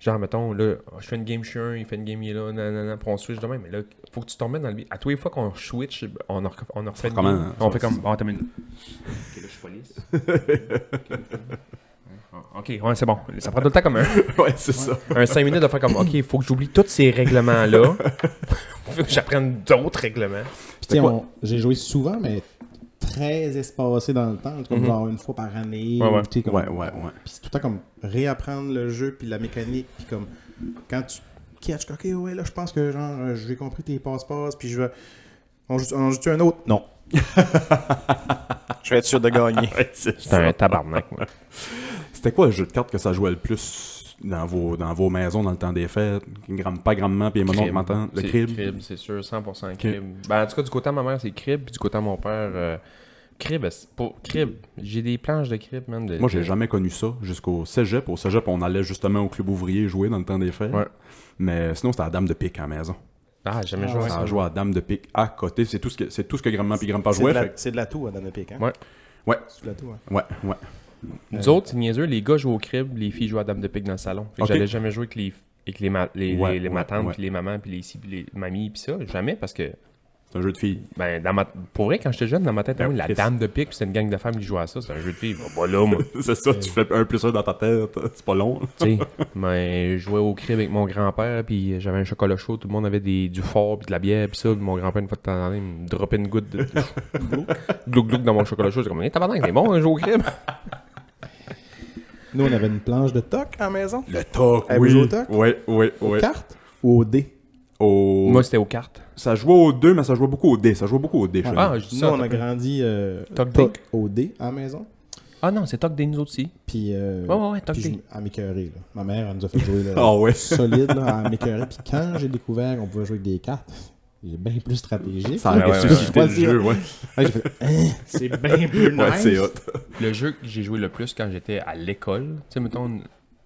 Speaker 4: genre, mettons, là, je fais une game, je suis un, il fait une game, il est là, nanana, puis on switch demain, mais là, faut que tu tombes dans le... bi- À tous les fois qu'on switch, on, en ref- on en refait une
Speaker 3: recommence,
Speaker 4: game.
Speaker 3: hein.
Speaker 4: On fait comme, oh, t'as mis une-
Speaker 5: Ok, là, je suis police.
Speaker 4: <laughs> OK, ouais, c'est bon. Ça prend tout le temps comme un...
Speaker 3: <laughs> ouais, c'est ça.
Speaker 4: <laughs> un 5 minutes de faire comme OK, il faut que j'oublie tous ces règlements-là. <laughs> faut que j'apprenne d'autres règlements.
Speaker 6: Puis, tu sais, on- j'ai joué souvent, mais très espacé dans le temps, comme genre une fois par année.
Speaker 4: Ouais, ouais.
Speaker 6: ou, tu sais, comme-
Speaker 3: Mhm. Ouais, ouais, ouais.
Speaker 6: Puis c'est tout le temps comme réapprendre le jeu, puis la mécanique, puis comme quand tu catches, ok, ouais, là, je pense que genre, euh, j'ai compris tes passe-passe, puis je vais. On joue, on joue un autre? Non.
Speaker 2: Ah,
Speaker 6: je vais être sûr de gagner.
Speaker 4: C'est un tabarnak, moi.
Speaker 3: C'était quoi le jeu de cartes que ça jouait le plus dans vos, dans vos maisons dans le temps des fêtes Gram- Pas grandement, puis mon oncle m'entend. Le
Speaker 4: C'est
Speaker 3: crib.
Speaker 4: c'est sûr, 100% crib. Ben, en tout cas, du côté de ma mère, c'est crib, puis du côté de mon père, euh, crib. c'est- Pour crib, j'ai des planches de crib, man. De,
Speaker 3: Moi, j'ai jamais connu ça jusqu'au cégep. Au cégep, on allait justement au club ouvrier jouer dans le temps des fêtes.
Speaker 4: Ouais.
Speaker 3: Mais sinon, c'était à Dame de Pique à la maison.
Speaker 4: Ah, j'ai jamais joué à
Speaker 3: Ça
Speaker 4: ça.
Speaker 3: a joué à Dame de Pique à côté. C'est tout ce que, c'est tout ce que grand-mère et grand-père
Speaker 6: C'est de,
Speaker 3: jouaient.
Speaker 6: la-
Speaker 3: fait
Speaker 6: c'est de l'atout, hein, dans le pic, hein?
Speaker 4: Ouais.
Speaker 3: Ouais.
Speaker 6: C'est de l'atout, hein.
Speaker 3: que- Ouais, ouais.
Speaker 4: Nous autres, c'est niaiseux, les gars jouent au crib, les filles jouent à dame de pique dans le salon. Fait que
Speaker 3: Ok.
Speaker 4: j'allais jamais jouer avec les, avec les, ma- les,
Speaker 3: Ouais,
Speaker 4: les, les
Speaker 3: ouais,
Speaker 4: matantes,
Speaker 3: ouais.
Speaker 4: puis les mamans, puis les, ici, puis les mamies, puis ça. Jamais, parce que
Speaker 3: C'est un jeu de filles. <laughs>
Speaker 4: Ben, dans ma... pour vrai, quand j'étais jeune, dans ma tête, ah oui, la
Speaker 3: Ben, Chris.
Speaker 4: dame de pique, puis c'était une gang de femmes qui jouaient à ça. C'est un jeu de filles. Bah, bah là, moi.
Speaker 3: c'est ça, tu fais un plus un dans ta tête. C'est pas long.
Speaker 4: tu sais, mais je jouais au crib avec mon grand-père, puis j'avais un chocolat chaud. Tout le monde avait des, du fort, puis de la bière, puis ça. Puis mon grand-père, une fois de temps en temps, il me dropait une goutte de glouc glouc dans mon chocolat chaud. J'étais comme, hey, tabarnak, c'est bon, un jeu au crib.
Speaker 6: Nous, on avait une planche de toc à la maison.
Speaker 3: Le toc,
Speaker 6: Eh, vous jouez
Speaker 3: oui.
Speaker 6: au toc?
Speaker 3: Ouais, ouais, ouais.
Speaker 6: Carte ou au dé?
Speaker 3: Au-
Speaker 4: Moi, c'était aux cartes.
Speaker 3: Ça jouait aux deux, mais ça jouait beaucoup aux dés. Ça jouait beaucoup aux dés. chez nous.
Speaker 4: Ah, je dis
Speaker 6: Nous,
Speaker 4: ça.
Speaker 6: on a
Speaker 4: t'as-
Speaker 6: grandi euh,
Speaker 4: Toc
Speaker 6: toc au dé à la maison.
Speaker 4: Ah non, c'est Toc des nous autres aussi.
Speaker 6: Puis, euh,
Speaker 4: Ouais, ouais, ouais, toc
Speaker 6: puis
Speaker 4: dé.
Speaker 6: je- à m'écœurer, là. Ma mère, elle nous a fait jouer là,
Speaker 3: Ah ouais.
Speaker 6: solide là, à m'écœurer. Puis quand j'ai découvert qu'on pouvait jouer avec des cartes, <laughs> j'ai bien plus stratégique.
Speaker 3: Ça
Speaker 6: là.
Speaker 3: aurait
Speaker 6: Qu'est-ce que tu
Speaker 3: suscité
Speaker 6: dois
Speaker 3: le
Speaker 6: dire?
Speaker 3: jeu, ouais.
Speaker 6: Ouais, j'ai fait, Hein, c'est bien plus nice.
Speaker 3: Ouais, c'est hot.
Speaker 4: Le jeu que j'ai joué le plus quand j'étais à l'école, tu sais, mettons,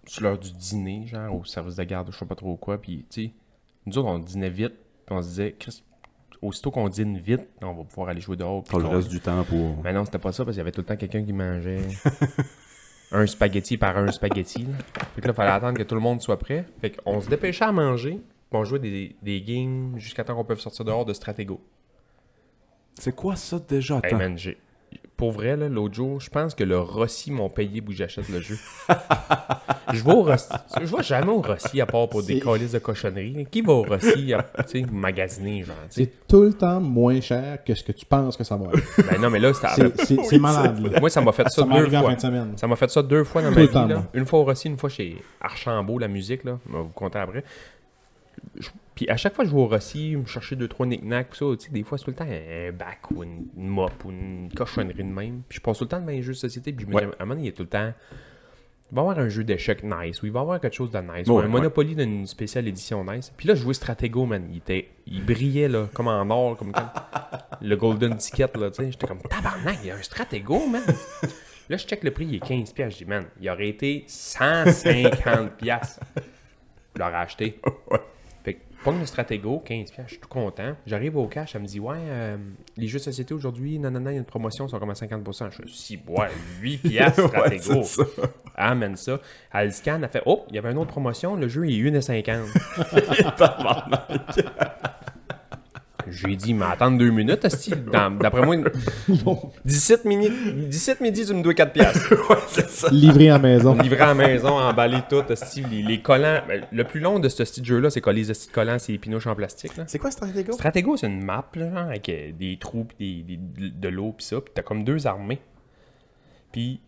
Speaker 4: sur l'heure du dîner, genre au service de garde, je sais pas trop quoi, puis tu sais, nous autres, on dînait vite, puis on se disait, Christ, aussitôt qu'on dîne vite, on va pouvoir aller jouer dehors. puis
Speaker 3: T'as Oh, le
Speaker 4: qu'on-
Speaker 3: reste du temps pour.
Speaker 4: Mais Ben non, c'était pas ça, parce qu'il y avait tout le temps quelqu'un qui mangeait <laughs> un spaghetti par un spaghetti. Là. Fait que là, fallait attendre que tout le monde soit prêt. Fait qu'on se dépêchait à manger, puis on jouait des, des games jusqu'à temps qu'on peut sortir dehors de Stratego.
Speaker 3: C'est quoi ça déjà?
Speaker 4: Hey
Speaker 3: Attends.
Speaker 4: man, j'ai- Pour vrai, là, l'autre jour, je pense que le Rossi m'ont payé pour que j'achète le
Speaker 6: <laughs>
Speaker 4: jeu. je vais au Rossi. Je vais jamais au Rossi à part pour des
Speaker 6: C'est-
Speaker 4: colis de cochonnerie. Qui va au Rossi, à- tu sais, magasiner, genre, tu sais.
Speaker 6: C'est tout le temps moins cher que ce que tu penses que ça va être.
Speaker 4: Ben non, mais là, c'était-
Speaker 6: C'est- C'est c'est malade, là.
Speaker 4: moi, ça m'a fait ça,
Speaker 6: Ça m'est
Speaker 4: deux
Speaker 6: arrivé en
Speaker 4: fois.
Speaker 6: fin de semaine.
Speaker 4: Ça m'a fait ça deux fois dans
Speaker 6: Tout
Speaker 4: ma
Speaker 6: le
Speaker 4: vie.
Speaker 6: temps,
Speaker 4: là.
Speaker 6: moi.
Speaker 4: Une fois au Rossi, une fois chez Archambault, la musique, là. Je vais vous compter après. Je- Puis à chaque fois que je vais au Rossi, me chercher deux, trois knick-knacks, ça, tu sais, des fois, c'est tout le temps un bac ou une une mop ou une cochonnerie de même. Puis je passe tout le temps devant les jeux de société, puis je me
Speaker 3: Ouais.
Speaker 4: dis, à un moment donné, il y a tout le temps... Il va y avoir un jeu d'échecs nice, ou il va y avoir quelque chose de nice,
Speaker 3: Ouais,
Speaker 4: ou un
Speaker 3: ouais.
Speaker 4: Monopoly d'une spéciale édition nice. Puis là, je jouais Stratego, man. Il, était, il brillait, là, comme en or, comme
Speaker 3: <laughs>
Speaker 4: quand le Golden Ticket, là, tu sais. J'étais comme, tabarnak, il y a un Stratego, man. Là, je check le prix, il est 15 pièces. Je dis, man, il aurait été 150 pièces. Je l'aurais acheté.
Speaker 3: <laughs>
Speaker 4: Fait que, pogne le Stratego, 15 pièces, je suis tout content. J'arrive au cash, elle me dit, ouais, euh, les jeux de société aujourd'hui, non, non, non, il y a une promotion, ils sont comme à 50%. Je suis si, ouais,
Speaker 3: <laughs>
Speaker 4: 8 pièces
Speaker 3: Ouais,
Speaker 4: Stratego.
Speaker 3: c'est ça.
Speaker 4: Amène ça. Elle scanne, elle fait Oh, il y avait une autre promotion, le jeu est
Speaker 3: <laughs>
Speaker 4: 1,50. J'ai dit, mais attendre deux minutes, esti. Dans- D'après moi,
Speaker 3: <laughs>
Speaker 4: 17, minutes, 17 midi, tu me dois 4 piastres.
Speaker 6: Livré à la maison.
Speaker 4: <laughs> Livré à la maison, emballé tout, esti, les, les collants. Ben, Le plus long de ce petit jeu-là, c'est coller les esti de collants, c'est les pinoches en plastique. là.
Speaker 6: C'est quoi, Stratego?
Speaker 4: Stratego, c'est une map, là, genre, avec euh, des trous, pis des, des- de l'eau, pis ça. Pis t'as comme deux armées. Puis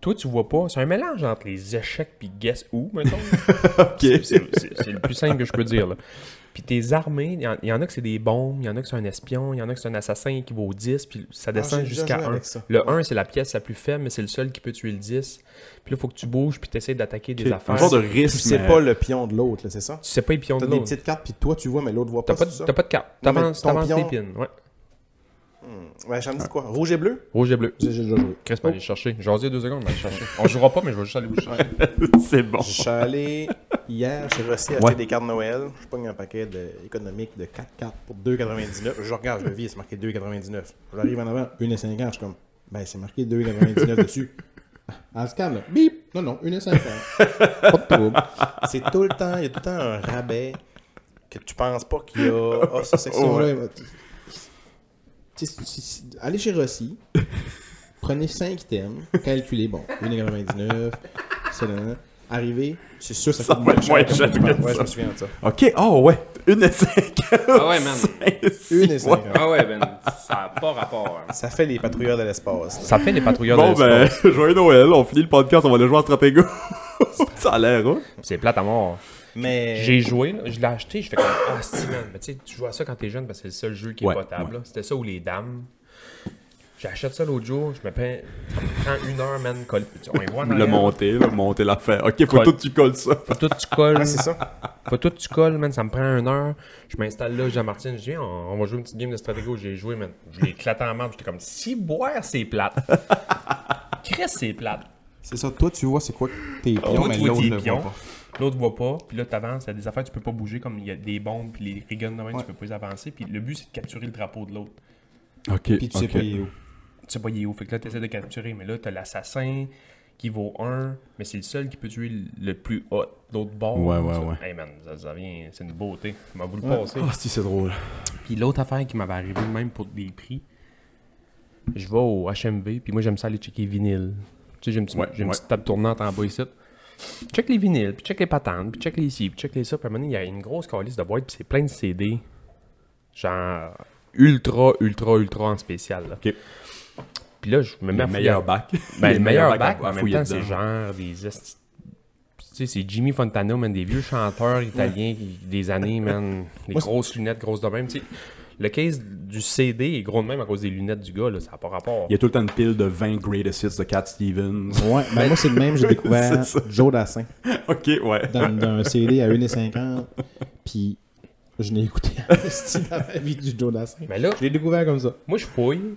Speaker 4: Toi, tu vois pas. C'est un mélange entre les échecs puis guess who,
Speaker 6: <laughs>
Speaker 4: mettons.
Speaker 3: Ok.
Speaker 4: C'est- C'est c'est le plus simple que je peux dire. là. Puis tes armées, il y en- il y, en a que c'est des bombes, il y en a que c'est un espion, il y en a que c'est un assassin qui vaut 10, puis ça descend
Speaker 6: Ah, j'ai déjà
Speaker 4: jusqu'à
Speaker 6: joué
Speaker 4: 1.
Speaker 6: avec ça.
Speaker 4: Le 1, c'est la pièce la plus faible, mais c'est le seul qui peut tuer le 10. Puis là, il faut que tu bouges, puis tu essaies d'attaquer des
Speaker 3: Un
Speaker 4: affaires.
Speaker 3: genre de
Speaker 4: Tu
Speaker 6: Tu
Speaker 3: risque.
Speaker 6: sais
Speaker 3: mais-
Speaker 6: pas le pion de l'autre, là, c'est ça?
Speaker 4: sais pas les pions de
Speaker 6: T'as des
Speaker 4: l'autre.
Speaker 6: petites cartes, puis toi, tu vois, mais l'autre voit
Speaker 4: T'as
Speaker 6: pas.
Speaker 4: pas,
Speaker 6: c'est ça?
Speaker 4: t'as pas de carte.
Speaker 6: Non, mais
Speaker 4: T'avances
Speaker 6: ton
Speaker 4: t'avances tes
Speaker 6: pion-
Speaker 4: pins. Ouais.
Speaker 6: Ouais, j'en ai dit quoi? Rouge et bleu?
Speaker 4: Rouge et bleu.
Speaker 6: J'ai j'ai déjà joué.
Speaker 7: Chris
Speaker 3: Oh.
Speaker 7: va aller le chercher. J'en ai deux secondes, je vais aller le chercher. On jouera pas, mais je vais juste aller vous le chercher.
Speaker 3: C'est bon.
Speaker 6: Je suis allé hier, je suis resté acheter
Speaker 3: Ouais.
Speaker 6: des cartes Noël. Je pogne un paquet de, économique de 4 cartes pour 2,99. Je regarde, je le vis, c'est marqué 2,99. J'arrive en avant, 1,50. Je suis comme, ben c'est marqué 2,99 dessus. Ah, se calme, là. Bip! Non, non, 1,50. Pas de trouble. C'est tout le temps, il y a tout le temps un rabais que tu penses pas qu'il y a. Ah, cette section-là. elle va- Tu sais, si- si- Allez chez Rossi, prenez 5 items,
Speaker 3: <laughs>
Speaker 6: calculez, bon, 1,99, c'est là, là. Arrivez, c'est sûr, ça,
Speaker 3: Ça
Speaker 6: coûte
Speaker 3: va être moins
Speaker 6: comme
Speaker 3: cher
Speaker 6: tu penses.
Speaker 3: que
Speaker 6: Ouais,
Speaker 3: ça.
Speaker 6: je me souviens de ça.
Speaker 3: Ok. Oh ouais. Une et cinq.
Speaker 7: Ah ouais,
Speaker 3: <laughs>
Speaker 7: man.
Speaker 6: Une et cinq, hein.
Speaker 7: Ah ouais, ben, ça n'a pas rapport. hein.
Speaker 6: Ça fait les patrouilleurs de l'espace.
Speaker 7: Ça fait les patrouilleurs
Speaker 3: Bon
Speaker 7: de l'espace.
Speaker 3: ben, <laughs> joyeux Noël. On finit le podcast. On va aller jouer à <laughs> Stratego. ça a l'air. Hein?
Speaker 7: C'est plate à mort.
Speaker 6: Mais
Speaker 4: J'ai joué, là, je l'ai acheté, je fais comme Ah, si, man. Mais tu sais, tu joues à ça quand t'es jeune parce que c'est le seul jeu qui est
Speaker 3: Ouais,
Speaker 4: potable.
Speaker 3: ouais.
Speaker 4: là. C'était ça ou les dames. J'achète ça l'autre jour, je me prends, ça me prend une heure, man. colle- On est voir dans
Speaker 3: Le monter, là, monter l'affaire. Ok, faut tout que tu colles ça.
Speaker 4: Faut tout que tu colles.
Speaker 6: Ouais, Ah, c'est ça.
Speaker 4: Faut tout que tu colles, man. Ça me prend une heure. Je m'installe là, je dis à Martine, je dis, on, on va jouer une petite game de stratégo. J'ai joué, man. Je l'ai éclaté en marbre. J'étais comme, si boire, c'est plate.
Speaker 6: <laughs>
Speaker 4: Chris, c'est plate.
Speaker 6: C'est ça, toi tu vois c'est quoi tes pions,
Speaker 4: Ah, Toi,
Speaker 6: Ah mais
Speaker 4: tu vois
Speaker 6: l'autre
Speaker 4: tes
Speaker 6: ne voit
Speaker 4: pions,
Speaker 6: pas.
Speaker 4: L'autre voit pas, puis là, t'avances, t'as des affaires, tu peux pas bouger, comme il y a des bombes, puis les riggans de même, tu peux pas les avancer, puis le but, c'est de capturer le drapeau de l'autre.
Speaker 3: Ok.
Speaker 6: Puis tu sais pas il est où.
Speaker 4: Tu sais pas, il est où, fait que là, t'essaies de capturer, mais là, t'as l'assassin qui vaut 1, mais c'est le seul qui peut tuer le- le plus hot d'autre bord.
Speaker 3: Ouais, ouais,
Speaker 4: Ça-
Speaker 3: ouais.
Speaker 4: Hey man, ça, ça vient, c'est une beauté. Tu m'as voulu passer.
Speaker 3: Ah, si, c'est drôle.
Speaker 4: Puis l'autre affaire qui m'avait arrivé de même pour des prix, je vais au HMV, puis moi j'aime ça aller checker les vinyles. Tu sais, j'ai une, petite-
Speaker 3: Ouais,
Speaker 4: j'ai une
Speaker 3: ouais.
Speaker 4: petite table tournante en bas ici. Check les vinyles, puis check les patentes, puis check les ci, puis check les ça. Puis à un moment donné, il y a une grosse calice de boîtes, puis c'est plein de CD. Genre ultra, ultra, ultra en spécial. là.
Speaker 3: Ok.
Speaker 4: Puis là, je me mets à
Speaker 3: Le
Speaker 4: fouiller-
Speaker 3: meilleur bac.
Speaker 4: ben, le meilleur bac,
Speaker 3: à
Speaker 4: en même
Speaker 3: fouiller
Speaker 4: temps, c'est
Speaker 3: dedans.
Speaker 4: genre des. esti- Tu sais, c'est Jimmy Fontana, man, des vieux chanteurs italiens qui- des années, man. Des grosses lunettes, grosses de même. Tu sais, le case du CD est gros de même à cause des lunettes du gars, là, ça n'a pas rapport.
Speaker 3: Il y a tout le temps une pile de 20 greatest hits de Cat Stevens.
Speaker 4: <laughs>
Speaker 6: Ouais, ben moi c'est le même, j'ai découvert Joe Dassin
Speaker 3: ok, ouais.
Speaker 6: dans, dans un CD à 1,50. Puis je n'ai écouté un <laughs> style dans la vie du Joe Dassin.
Speaker 3: Ben,
Speaker 4: Mais là,
Speaker 6: Je l'ai découvert comme ça.
Speaker 4: moi, je fouille.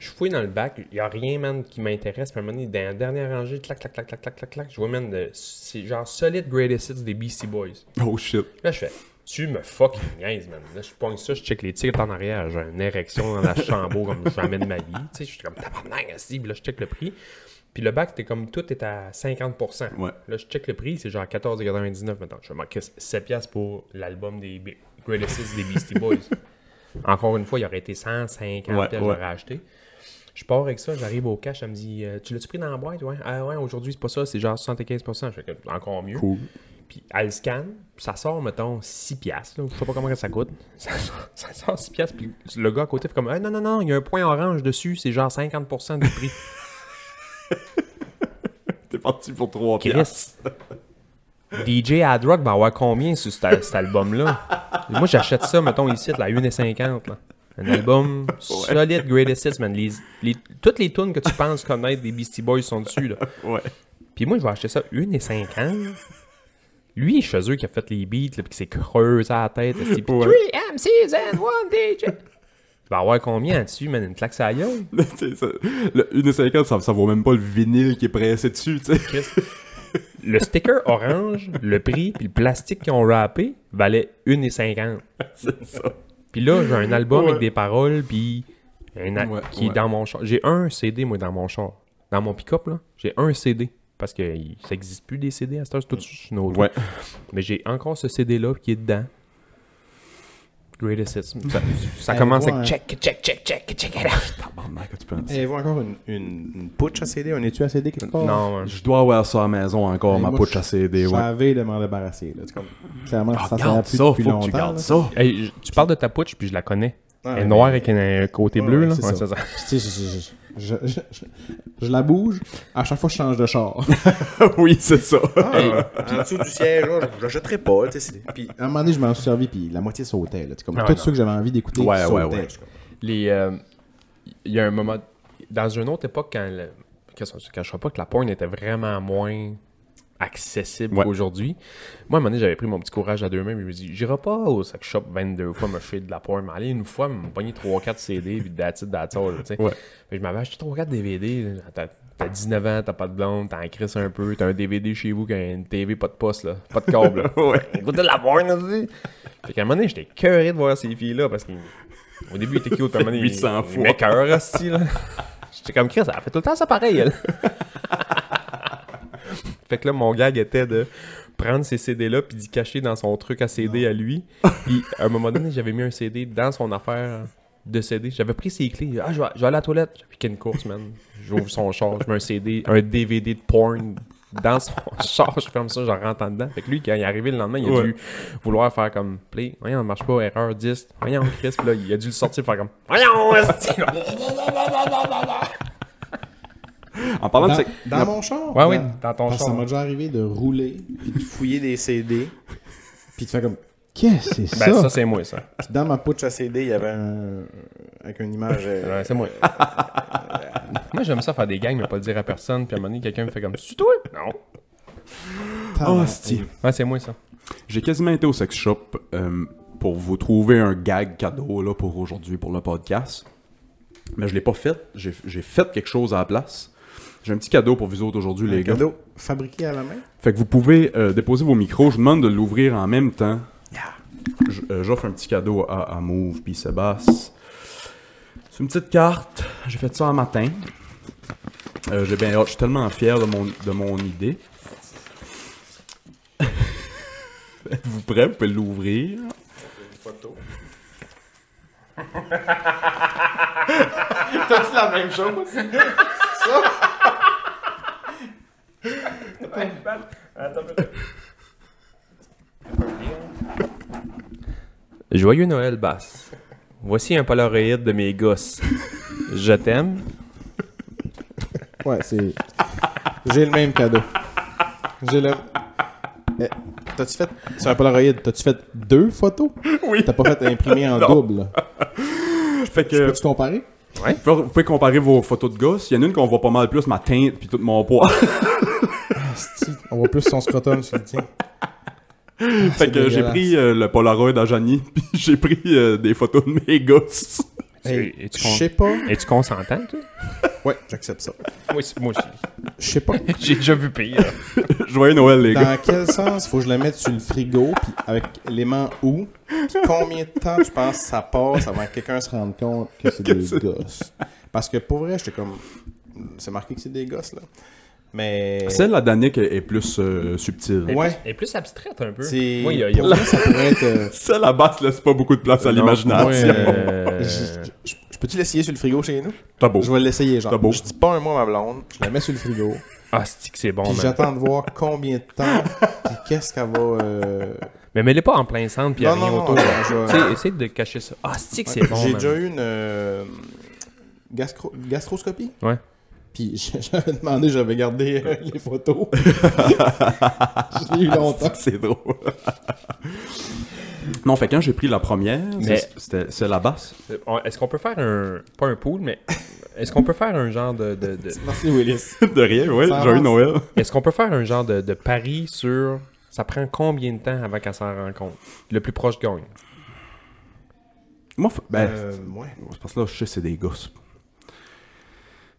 Speaker 4: Je fouille dans le bac. Il n'y a rien, man, qui m'intéresse. Puis à un moment donné, dans la dernière rangée, clac, clac, clac, clac, clac, clac, clac, je vois, man, de- c'est genre solide greatest hits des Beastie Boys.
Speaker 3: Oh shit.
Speaker 4: Là, je fais, tu me fucking niaises, man. Là, je pogne ça, je check les titres en arrière. J'ai une érection dans la chambre comme jamais de ma vie. Tu sais, je suis comme, tabarnak, asti. Puis là, je check le prix. Puis le bac, t'es comme, tout est à 50%.
Speaker 3: Ouais.
Speaker 4: Là, je check le prix, c'est genre 14,99 maintenant. Je fais, manquer 7$ piastres pour l'album des Be- Greatest Hits des Beastie
Speaker 3: <laughs>
Speaker 4: Boys. Encore une fois, il aurait été 150$,
Speaker 3: Ouais,
Speaker 4: piastres,
Speaker 3: ouais.
Speaker 4: j'aurais acheté. Je pars avec ça, j'arrive au cash, elle me dit euh, Tu l'as-tu pris dans la boîte Ouais, ah ouais, aujourd'hui c'est pas ça, c'est genre 75%. Je fais comme, encore mieux.
Speaker 3: Cool.
Speaker 4: Puis elle scanne, puis ça sort, mettons, 6 piastres. là. Je sais pas comment ça coûte. <laughs> Ça, sort- ça sort 6 piastres, puis le gars à côté fait comme Ah, Non, non, non, il y a un point orange dessus, c'est genre 50% du prix.
Speaker 3: T'es parti pour 3 pièces.
Speaker 4: <laughs> Chris. DJ Adrock ben, va avoir combien sur cet, cet album-là? Moi, j'achète ça, mettons, ici, la 1,50. là. Un album solide, Greatest Hits, man. Les- les- toutes les tunes que tu penses connaître des Beastie Boys sont dessus, là.
Speaker 3: Ouais.
Speaker 4: Puis moi, je vais acheter ça 1,50. Lui, chez eux, qui a fait les beats, là, puis qui s'est creusé à la tête. esti, puis 3 MCs and 1 DJ. Tu vas avoir combien dessus, man? Une claque sur la gueule?
Speaker 3: <laughs> T'sais, ça- le 1,50, ça, ça vaut même pas le vinyle qui est pressé dessus, tu sais.
Speaker 4: Le sticker orange, le prix, puis le plastique qu'ils ont râpé valait 1,50.
Speaker 3: <laughs> C'est ça.
Speaker 4: Puis là, j'ai un album
Speaker 3: Ouais.
Speaker 4: avec des paroles, puis un al-
Speaker 3: Ouais,
Speaker 4: qui
Speaker 3: ouais.
Speaker 4: est dans mon char. J'ai un CD, moi, dans mon char. Dans mon pick-up, là, j'ai un CD. Parce que il- ça n'existe plus des CD à cette heure, c'est tout sur une autre.
Speaker 3: Ouais.
Speaker 4: Mais j'ai encore ce CD-là qui est dedans. Greatest Hits. Ça,
Speaker 6: <laughs>
Speaker 4: ça
Speaker 6: Elle
Speaker 4: commence
Speaker 6: voit
Speaker 4: avec
Speaker 6: un-
Speaker 4: check, check, check, check, check it out.
Speaker 3: <laughs> Tabarnak, tu penses.
Speaker 6: Et vous Eh, encore une, une, une putsch à CD, un étui à CD quelque part?
Speaker 4: Non,
Speaker 3: Je dois avoir ça à la maison encore,
Speaker 6: Hey,
Speaker 3: ma
Speaker 6: euh, moi,
Speaker 3: poutre
Speaker 6: je-
Speaker 3: à CD,
Speaker 6: Je
Speaker 3: ouais.
Speaker 6: savais de m'en débarrasser. Là. C'est comme, clairement, ça sert
Speaker 3: Garde
Speaker 6: plus
Speaker 3: ça, faut
Speaker 6: depuis
Speaker 3: que
Speaker 6: longtemps.
Speaker 3: tu gardes
Speaker 6: là.
Speaker 3: ça. <laughs>
Speaker 4: Hey, je- tu parles de ta putsch, puis je la connais.
Speaker 6: Ouais,
Speaker 4: Elle est noire avec un côté
Speaker 6: Ouais,
Speaker 4: bleu,
Speaker 6: ouais,
Speaker 4: là.
Speaker 6: c'est
Speaker 4: Ouais,
Speaker 6: ça.
Speaker 4: c'est ça.
Speaker 6: Puis <laughs> tu sais, je, je- je- je- je- je- je la bouge, à chaque fois je change
Speaker 4: <laughs>
Speaker 6: de char.
Speaker 3: oui, c'est ça.
Speaker 2: Puis en dessous du siège, là, je le jetterai pas. tu sais, c'est- Puis
Speaker 6: À un moment donné, je m'en suis servi, puis la moitié sautait. Là. C'est Comme
Speaker 4: Ah
Speaker 6: tout
Speaker 4: ouais,
Speaker 6: ceux que j'avais envie d'écouter
Speaker 3: Ouais,
Speaker 6: sautaient.
Speaker 3: ouais, ouais.
Speaker 4: Les, euh, il y a un moment. Dans une autre époque, quand. Le, qu'est-ce qu'on se cachera pas que la porn était vraiment moins accessible
Speaker 3: Ouais.
Speaker 4: qu'aujourd'hui. Moi, à un moment donné, j'avais pris mon petit courage à deux mains, puis je me dis, j'irai pas au sex shop 22 fois me faire de la porn, mais aller une fois, me pogner 3-4 CD, puis that's it, that's all, tu sais.
Speaker 3: Ouais.
Speaker 4: Fait que je m'avais acheté 3-4 DVD. là. T'as, t'as 19 ans, t'as pas de blonde, t'as un crise un peu, t'as un DVD chez vous, qui a une TV, pas de poste, là, pas de câble.
Speaker 3: <laughs>
Speaker 4: là. Écoute de la porn aussi. Fait qu'à un moment donné, j'étais curieux de voir ces filles-là parce qu'au début, ils étaient cute, puis à un moment donné, ils-
Speaker 3: 800
Speaker 4: ils
Speaker 3: fois.
Speaker 4: m'écoeurent, hostie, là. <laughs> J'étais comme Chris, elle fait tout le temps ça pareil, elle. fait que là, mon gag était de prendre ces CD-là puis d'y cacher dans son truc à CD à lui. Puis à un moment donné, j'avais mis un CD dans son affaire de CD. J'avais pris ses clés. Ah, je vais, je vais aller à la toilette. J'ai piqué une course, man. J'ouvre son char, je mets un CD, un DVD de porn dans son <laughs> char. Je ferme ça, je rentre en dedans. Fait que lui, quand il est arrivé le lendemain, il a
Speaker 3: Ouais.
Speaker 4: dû vouloir faire comme play. Voyons, marche pas, erreur 10. Voyons, Chris. Puis là, il a dû le sortir faire comme Voyons, <laughs> esti. Ben,
Speaker 3: En parlant
Speaker 6: Dans,
Speaker 3: de sexe.
Speaker 6: dans mon char?
Speaker 4: Ouais, oui,
Speaker 6: dans-
Speaker 4: dans ton
Speaker 6: parce que
Speaker 4: char.
Speaker 6: Ça m'a déjà arrivé de rouler, puis de fouiller,
Speaker 2: fouiller des CD.
Speaker 6: puis de faire comme... Qu'est-ce que c'est ça?
Speaker 4: Ben, ça, c'est moi, ça.
Speaker 6: Puis dans ma pouche à CD, il y avait un... Avec une image... euh,
Speaker 4: Ouais, c'est moi. moi, j'aime ça faire des gangs, mais pas le dire à personne. Puis à un moment donné, quelqu'un me fait comme C'est toi Non.
Speaker 6: tabarnak.
Speaker 3: Ah, hostie.
Speaker 4: Ouais, Ah, c'est moi, ça.
Speaker 3: J'ai quasiment été au sex shop euh, pour vous trouver un gag cadeau là, pour aujourd'hui, pour le podcast. Mais je l'ai pas fait. J'ai j'ai fait quelque chose à la place. J'ai un petit cadeau pour vous autres aujourd'hui, les
Speaker 6: Un
Speaker 3: gars.
Speaker 6: cadeau fabriqué à la main?
Speaker 3: Fait que vous pouvez euh, déposer vos micros. Je vous demande de l'ouvrir en même temps. Je- euh, J'offre un petit cadeau à, à Move puis Sébastien. C'est une petite carte. J'ai fait ça un matin. Euh, J'ai bien hâte. Je suis tellement fier de mon, de mon idée. <laughs> Êtes-vous prêts? Vous pouvez l'ouvrir.
Speaker 8: Joyeux Noël, Basse. Voici un polaroid de mes gosses. Je t'aime.
Speaker 6: Ouais, c'est... J'ai le même cadeau. J'ai le... Eh, T'as-tu fait... Sur un Polaroid, t'as-tu fait deux photos? Oui. T'as pas fait imprimer en double?
Speaker 3: Fait que
Speaker 6: Peux-tu comparer?
Speaker 3: vous pouvez- vous pouvez comparer vos photos de gosses. Il y en a une qu'on voit pas mal plus, ma teinte puis tout mon
Speaker 6: <laughs>
Speaker 3: poids.
Speaker 6: Si, On voit plus son scrotum sur le tien.
Speaker 3: fait que j'ai
Speaker 6: dégueulasse.
Speaker 3: pris euh, le Polaroid à Janie <laughs> puis j'ai pris euh, des photos de mes gosses.
Speaker 6: Hey,
Speaker 4: Et tu
Speaker 6: je sais pas.
Speaker 4: Et tu consentant, toi
Speaker 6: Ouais, j'accepte ça.
Speaker 4: Oui, c'est- moi aussi.
Speaker 6: Je sais pas.
Speaker 4: <laughs> J'ai déjà vu pire.
Speaker 3: Joyeux Noël, les gars.
Speaker 6: Dans quel sens faut que je la mette sur le frigo, puis avec l'aimant où, puis combien de temps tu penses que ça passe avant que quelqu'un se rende compte que c'est des gosses? Parce que pour vrai, j'étais comme. C'est marqué que c'est des gosses, là. Mais.
Speaker 3: Celle à Danick est, est plus euh, subtile.
Speaker 6: Ouais.
Speaker 8: Elle est plus abstraite un peu.
Speaker 6: C'est.
Speaker 8: Moi, il y a- il y a-
Speaker 6: pour vrai, ça pourrait être. euh,
Speaker 3: Celle à basse laisse pas beaucoup de place à
Speaker 6: moi,
Speaker 3: l'imagination.
Speaker 6: euh, <laughs> je- je- Je peux-tu l'essayer sur le frigo chez nous?
Speaker 3: T'as beau.
Speaker 6: Je vais l'essayer, genre.
Speaker 3: T'as beau.
Speaker 6: Je dis pas un mot à ma blonde, je la mets sur le frigo.
Speaker 4: Ah, c'est que c'est bon,
Speaker 6: Puis
Speaker 4: man.
Speaker 6: j'attends de voir combien de temps, puis qu'est-ce qu'elle va. euh,
Speaker 4: Mais mets-les pas en plein centre puis y a
Speaker 6: Non,
Speaker 4: rien
Speaker 6: non, non,
Speaker 4: autour.
Speaker 6: non,
Speaker 4: là.
Speaker 6: je vais-
Speaker 4: Tu sais, essaye de cacher ça. Ah, c'est que c'est bon,
Speaker 6: J'ai
Speaker 4: man.
Speaker 6: déjà eu une euh, gastro- gastroscopie.
Speaker 4: Ouais.
Speaker 6: Puis <laughs> j- j'avais demandé, j'avais gardé euh, les photos. Ah, je l'ai eu longtemps.
Speaker 3: <laughs> C'est drôle. non, fait quand j'ai pris la première,
Speaker 4: Mais-
Speaker 3: c'est- c'était celle à basse.
Speaker 4: Euh, on- Est-ce qu'on peut faire un... Pas un pool, mais... Est-ce qu'on peut faire un genre de... de- de-
Speaker 6: Merci Willis.
Speaker 3: de rien, ouais.
Speaker 6: Ça
Speaker 3: Joyeux
Speaker 6: avance.
Speaker 3: Noël.
Speaker 4: Est-ce qu'on peut faire un genre de, de pari sur... Ça prend combien de temps avant qu'elle s'en rende compte? Le plus proche gagne.
Speaker 3: Moi, fa- ben,
Speaker 6: Euh, ouais.
Speaker 3: c'est parce que là, je sais, c'est des gosses.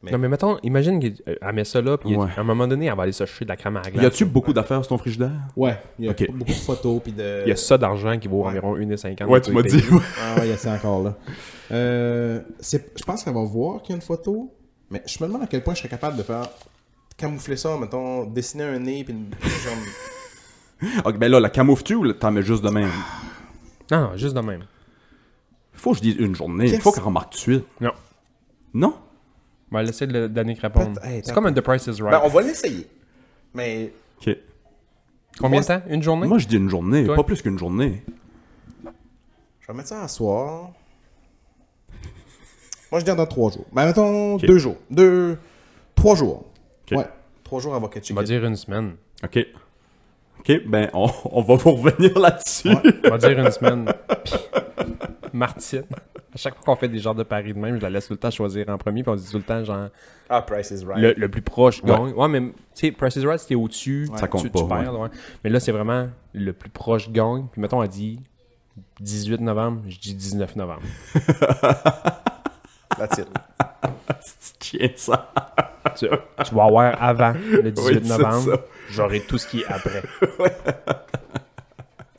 Speaker 6: Mais-
Speaker 4: Non, mais mettons, imagine qu'elle met ça là, puis
Speaker 3: Ouais.
Speaker 4: à un moment donné, elle va aller se chercher de la crème à glace.
Speaker 3: Y a-tu beaucoup d'affaires sur ton frigidaire?
Speaker 6: Ouais, il y a
Speaker 3: Ok.
Speaker 6: pas beaucoup de photos. Puis de...
Speaker 4: Il y a ça d'argent qui vaut environ 1,50.
Speaker 3: Ouais, tu m'as dit.
Speaker 6: Ah ouais, il y a ça encore là. Euh, c'est- je pense qu'elle va voir qu'il y a une photo, mais je me demande à quel point je serais capable de faire camoufler ça, mettons, dessiner un nez, puis une... genre,
Speaker 3: ok, ben là, la camoufles-tu ou t'en mets juste de même?
Speaker 4: Non, non, juste de même.
Speaker 3: Faut que je dise une journée.
Speaker 6: Qu'est-ce-
Speaker 3: Faut qu'elle remarque tout de suite.
Speaker 4: Non.
Speaker 3: Non?
Speaker 4: On va laisser le- Danick répondre.
Speaker 6: Peut- hey,
Speaker 4: c'est comme un The Price is Right.
Speaker 6: Ben, on va l'essayer. Mais
Speaker 3: Ok.
Speaker 4: Combien de temps Une journée
Speaker 3: Moi, je dis une journée,
Speaker 4: Toi?
Speaker 3: pas plus qu'une journée.
Speaker 6: je vais mettre ça à soir. Moi, je dirais dans trois jours. Ben, mettons deux jours. Deux. Trois jours.
Speaker 3: Ok.
Speaker 6: Ouais. Trois jours avant catcher.
Speaker 4: On va dire une semaine.
Speaker 3: OK. OK, ben, on, <laughs> on va vous revenir là-dessus.
Speaker 4: On va dire une semaine. <laughs> Puis, Martine, à chaque fois qu'on fait des genres de paris de même, je la laisse tout le temps choisir en premier, puis on dit tout le temps, genre,
Speaker 6: Ah, Price is right.
Speaker 4: le, le plus proche gagne. Ouais, mais tu sais, Price is Right, c'était au-dessus,
Speaker 3: Ça
Speaker 4: tu-
Speaker 3: compte
Speaker 4: tu,
Speaker 3: pas,
Speaker 4: perds. ouais. Mais là, c'est vraiment le plus proche gagne. Puis mettons, elle dit 18 novembre, je dis 19
Speaker 3: <laughs>
Speaker 4: novembre.
Speaker 6: That's <laughs> it.
Speaker 3: <laughs> Tiens, ça.
Speaker 4: tu, tu vas avoir avant le 18
Speaker 3: Oui, c'est ça.
Speaker 4: novembre, j'aurai tout ce qui est
Speaker 3: <laughs>
Speaker 4: après. tu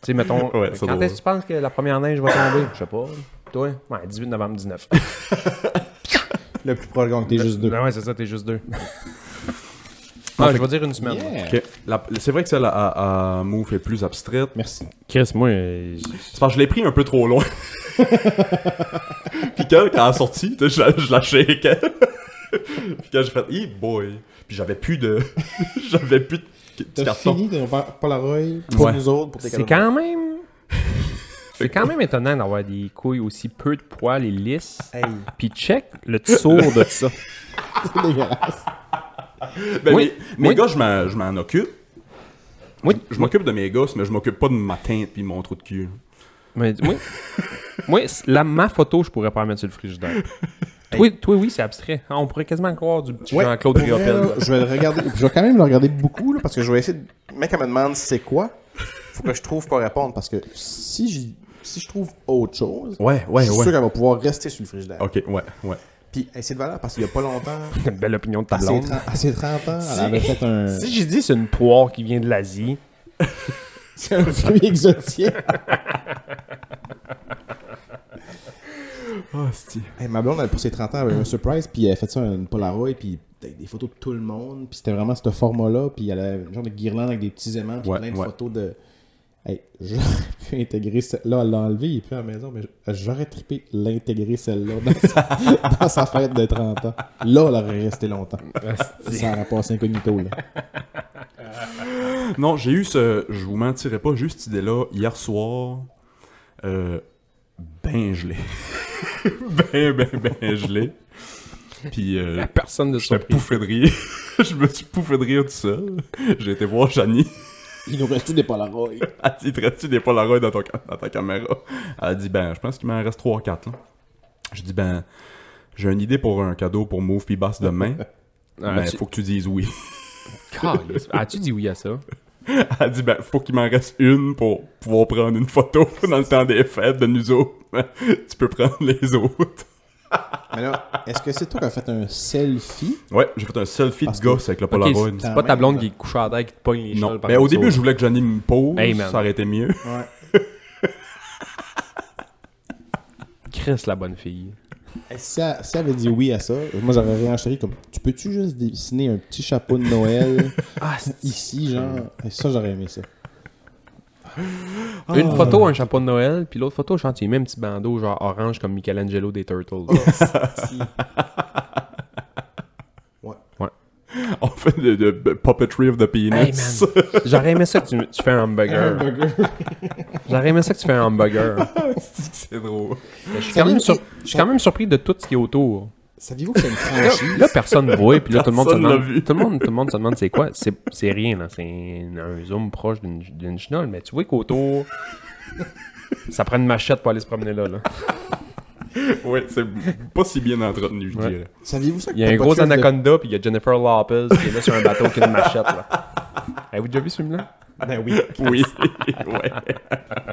Speaker 4: sais, mettons,
Speaker 3: Ouais, ça
Speaker 4: quand
Speaker 3: doit-
Speaker 4: est-ce que tu penses que la première neige va tomber? Je sais pas. Toi? Ouais, 18 novembre 19.
Speaker 6: Le plus proche gang, t'es juste deux.
Speaker 4: Non, Ben ouais, c'est ça, t'es juste
Speaker 3: <laughs>
Speaker 4: deux. Ah, je vais dire une semaine.
Speaker 6: Yeah.
Speaker 3: OK. La- C'est vrai que celle à, à- à Move est plus abstraite.
Speaker 6: Merci.
Speaker 4: Chris, moi, euh, j-
Speaker 3: C'est parce que je l'ai pris un peu trop <laughs> loin. Puis quand, quand elle est sortie, tu sais, je la, je la shakeais. <laughs> Puis quand j'ai fait « Hey boy! » Puis j'avais plus de... <laughs> j'avais plus de petits
Speaker 6: T'as
Speaker 3: cartons.
Speaker 6: fini de faire Polaroid pour
Speaker 3: Ouais.
Speaker 6: nous autres, pour tes
Speaker 4: c'est
Speaker 6: cadeaux.
Speaker 4: quand même... C'est quand même étonnant d'avoir des couilles aussi peu de poils et lisses.
Speaker 6: Hey,
Speaker 4: Puis check le dessous de <laughs> ça.
Speaker 3: <laughs>
Speaker 6: c'est dégueulasse.
Speaker 3: Ben,
Speaker 4: Oui,
Speaker 3: mes, mes
Speaker 4: oui.
Speaker 3: gars, je m'en- je m'en occupe.
Speaker 4: Oui.
Speaker 3: Je m'occupe de mes gosses, mais je m'occupe pas de ma teinte puis mon trou de cul.
Speaker 4: Mais moi, moi c- la, ma photo, je pourrais pas la mettre sur le frigidaire. Toi, toi, oui, c'est abstrait. Ah, On pourrait quasiment croire du petit
Speaker 6: Ouais,
Speaker 4: Jean-Claude
Speaker 6: pour vrai,
Speaker 4: Riopelle.
Speaker 6: là, Je vais le regarder. Je vais quand même le regarder beaucoup, là, parce que je vais essayer de. Mec, elle me demande c'est quoi. Faut que je trouve pour répondre, parce que si je, si je trouve autre chose,
Speaker 3: Ouais,
Speaker 6: je suis sûr qu'elle va pouvoir rester sur le frigidaire.
Speaker 3: Ok, ouais, ouais.
Speaker 6: Puis, elle c'est de valeur, parce qu'il y a pas longtemps,
Speaker 4: Une belle opinion de ta
Speaker 6: à ses,
Speaker 4: blonde.
Speaker 6: 30, à ses 30 ans, elle avait fait un.
Speaker 4: Si j'ai dit c'est une poire qui vient de l'Asie,
Speaker 6: <laughs> C'est un fruit exotique.
Speaker 3: Ah, c'est
Speaker 6: Hey, ma blonde, elle, pour ses 30 ans, elle avait un surprise, puis elle a fait ça une Polaroid, puis avec des photos de tout le monde, puis c'était vraiment ce format-là, puis elle avait un genre de guirlande avec des petits aimants, puis
Speaker 3: Ouais,
Speaker 6: plein de
Speaker 3: ouais.
Speaker 6: photos de... Hey, j'aurais <laughs> pu intégrer celle-là, elle l'a enlevée, il est plus à la maison, mais j'aurais trippé l'intégrer celle-là dans sa... <laughs> dans sa fête de 30 ans. Là, elle aurait resté longtemps. ça aurait passé incognito, là.
Speaker 3: Non, j'ai eu ce. Je vous mentirai pas, j'ai eu cette idée-là hier soir. Euh, ben gelé. <laughs> ben, ben, ben gelé. Puis. Euh,
Speaker 4: personne ne
Speaker 3: J'étais
Speaker 4: surpris.
Speaker 3: pouffé de rire. <laughs> je me suis pouffé de rire tout seul. J'ai été voir Janie.
Speaker 6: Il nous reste tout des Polaroids.
Speaker 3: Elle dit Traite-tu des Polaroids dans, ton ca- dans ta caméra Elle a dit Ben, je pense qu'il m'en reste 3 ou 4. Je dis Ben, j'ai une idée pour un cadeau pour Move puis Bass demain. mais
Speaker 4: tu-
Speaker 3: faut que tu dises oui.
Speaker 4: Calisse. <laughs> As-tu dit oui à ça?
Speaker 3: <laughs> Elle dit Ben, faut qu'il m'en reste une pour pouvoir prendre une photo <laughs> dans le temps des fêtes de nous autres. <laughs> tu peux prendre les autres.
Speaker 6: Mais là, est-ce que c'est toi qui as fait un selfie?
Speaker 3: Ouais, j'ai fait un selfie de
Speaker 6: Parce que-
Speaker 3: gosse avec le
Speaker 4: Ok,
Speaker 3: Polaroid.
Speaker 4: c'est- c'est
Speaker 6: Quand
Speaker 4: pas ta
Speaker 6: même,
Speaker 4: blonde
Speaker 6: là.
Speaker 4: qui est couchée à terre qui te pogne les
Speaker 3: non,
Speaker 4: cheveux par
Speaker 3: mais au
Speaker 4: le
Speaker 3: début,
Speaker 4: dos.
Speaker 3: je voulais que Janie me pose.
Speaker 4: Hey, man.
Speaker 3: ça aurait été mieux. <laughs>
Speaker 6: Ouais.
Speaker 4: Chris, la bonne fille.
Speaker 6: Hey, Si elle, si elle avait dit oui à ça, moi j'aurais réenchéri comme Tu peux-tu juste dessiner un petit chapeau de
Speaker 3: <laughs>
Speaker 6: Noël
Speaker 3: Ah,
Speaker 6: ici, genre Hey, Ça, j'aurais aimé ça.
Speaker 4: Une photo, un chapeau de Noël, puis l'autre photo, je chante même petit bandeau genre orange comme Michelangelo des Turtles.
Speaker 3: On fait le, le puppetry of the penis.
Speaker 4: <laughs> Hey, man. J'aurais aimé ça que tu, tu fais un hamburger. <laughs> J'aurais aimé ça que tu fais un hamburger.
Speaker 3: <laughs> <laughs> c'est drôle.
Speaker 4: Je suis quand même sur- je suis quand même surpris de tout ce qui est autour.
Speaker 6: Saviez-vous que c'est une franchise
Speaker 4: Là, personne ne voit, puis là, tout le monde se
Speaker 3: Personne
Speaker 4: demande.
Speaker 3: l'a vu.
Speaker 4: Tout le monde, tout le monde se demande c'est quoi. C'est, c'est rien, là. C'est un zoom proche d'une, d'une chenole, mais tu vois qu'autour. ça prend une machette pour aller se promener là. là.
Speaker 3: Ouais, c'est pas si bien entretenu, je dirais.
Speaker 6: <laughs> Saviez-vous ça que
Speaker 4: Il y a un
Speaker 6: t'as pas
Speaker 4: gros
Speaker 6: de fesses de-
Speaker 4: anaconda, puis il y a Jennifer Lopez qui est là sur un bateau qui a une machette,
Speaker 6: <laughs>
Speaker 4: là. Avez-vous déjà vu ce film-là
Speaker 6: Ben oui.
Speaker 3: Oui, <laughs> ouais.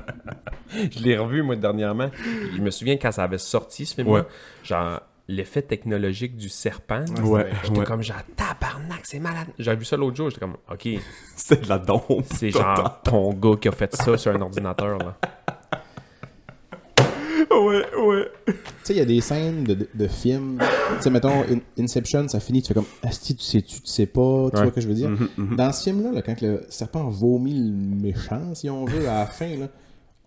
Speaker 4: <laughs> Je l'ai revu, moi, dernièrement. Je me souviens quand ça avait sorti, ce film-là.
Speaker 3: Ouais.
Speaker 4: Genre, l'effet technologique du serpent. là.
Speaker 3: Ouais,
Speaker 4: J'étais comme genre, tabarnak, c'est malade. J'avais vu ça l'autre jour, j'étais comme, ok,
Speaker 3: C'est de la dompe.
Speaker 6: <laughs>
Speaker 4: C'est
Speaker 3: Total.
Speaker 4: genre ton gars qui a fait ça sur un ordinateur, là.
Speaker 3: <laughs> Ouais, ouais.
Speaker 6: Tu sais, il y a des scènes de, de- de films. Tu sais, mettons, In- Inception, ça finit, tu fais comme Asti, tu sais-tu, tu sais pas, tu vois ce que je veux dire.
Speaker 4: Mm-hmm,
Speaker 6: Dans ce film-là, là, quand le serpent vomit le méchant, si on veut, à la fin, là,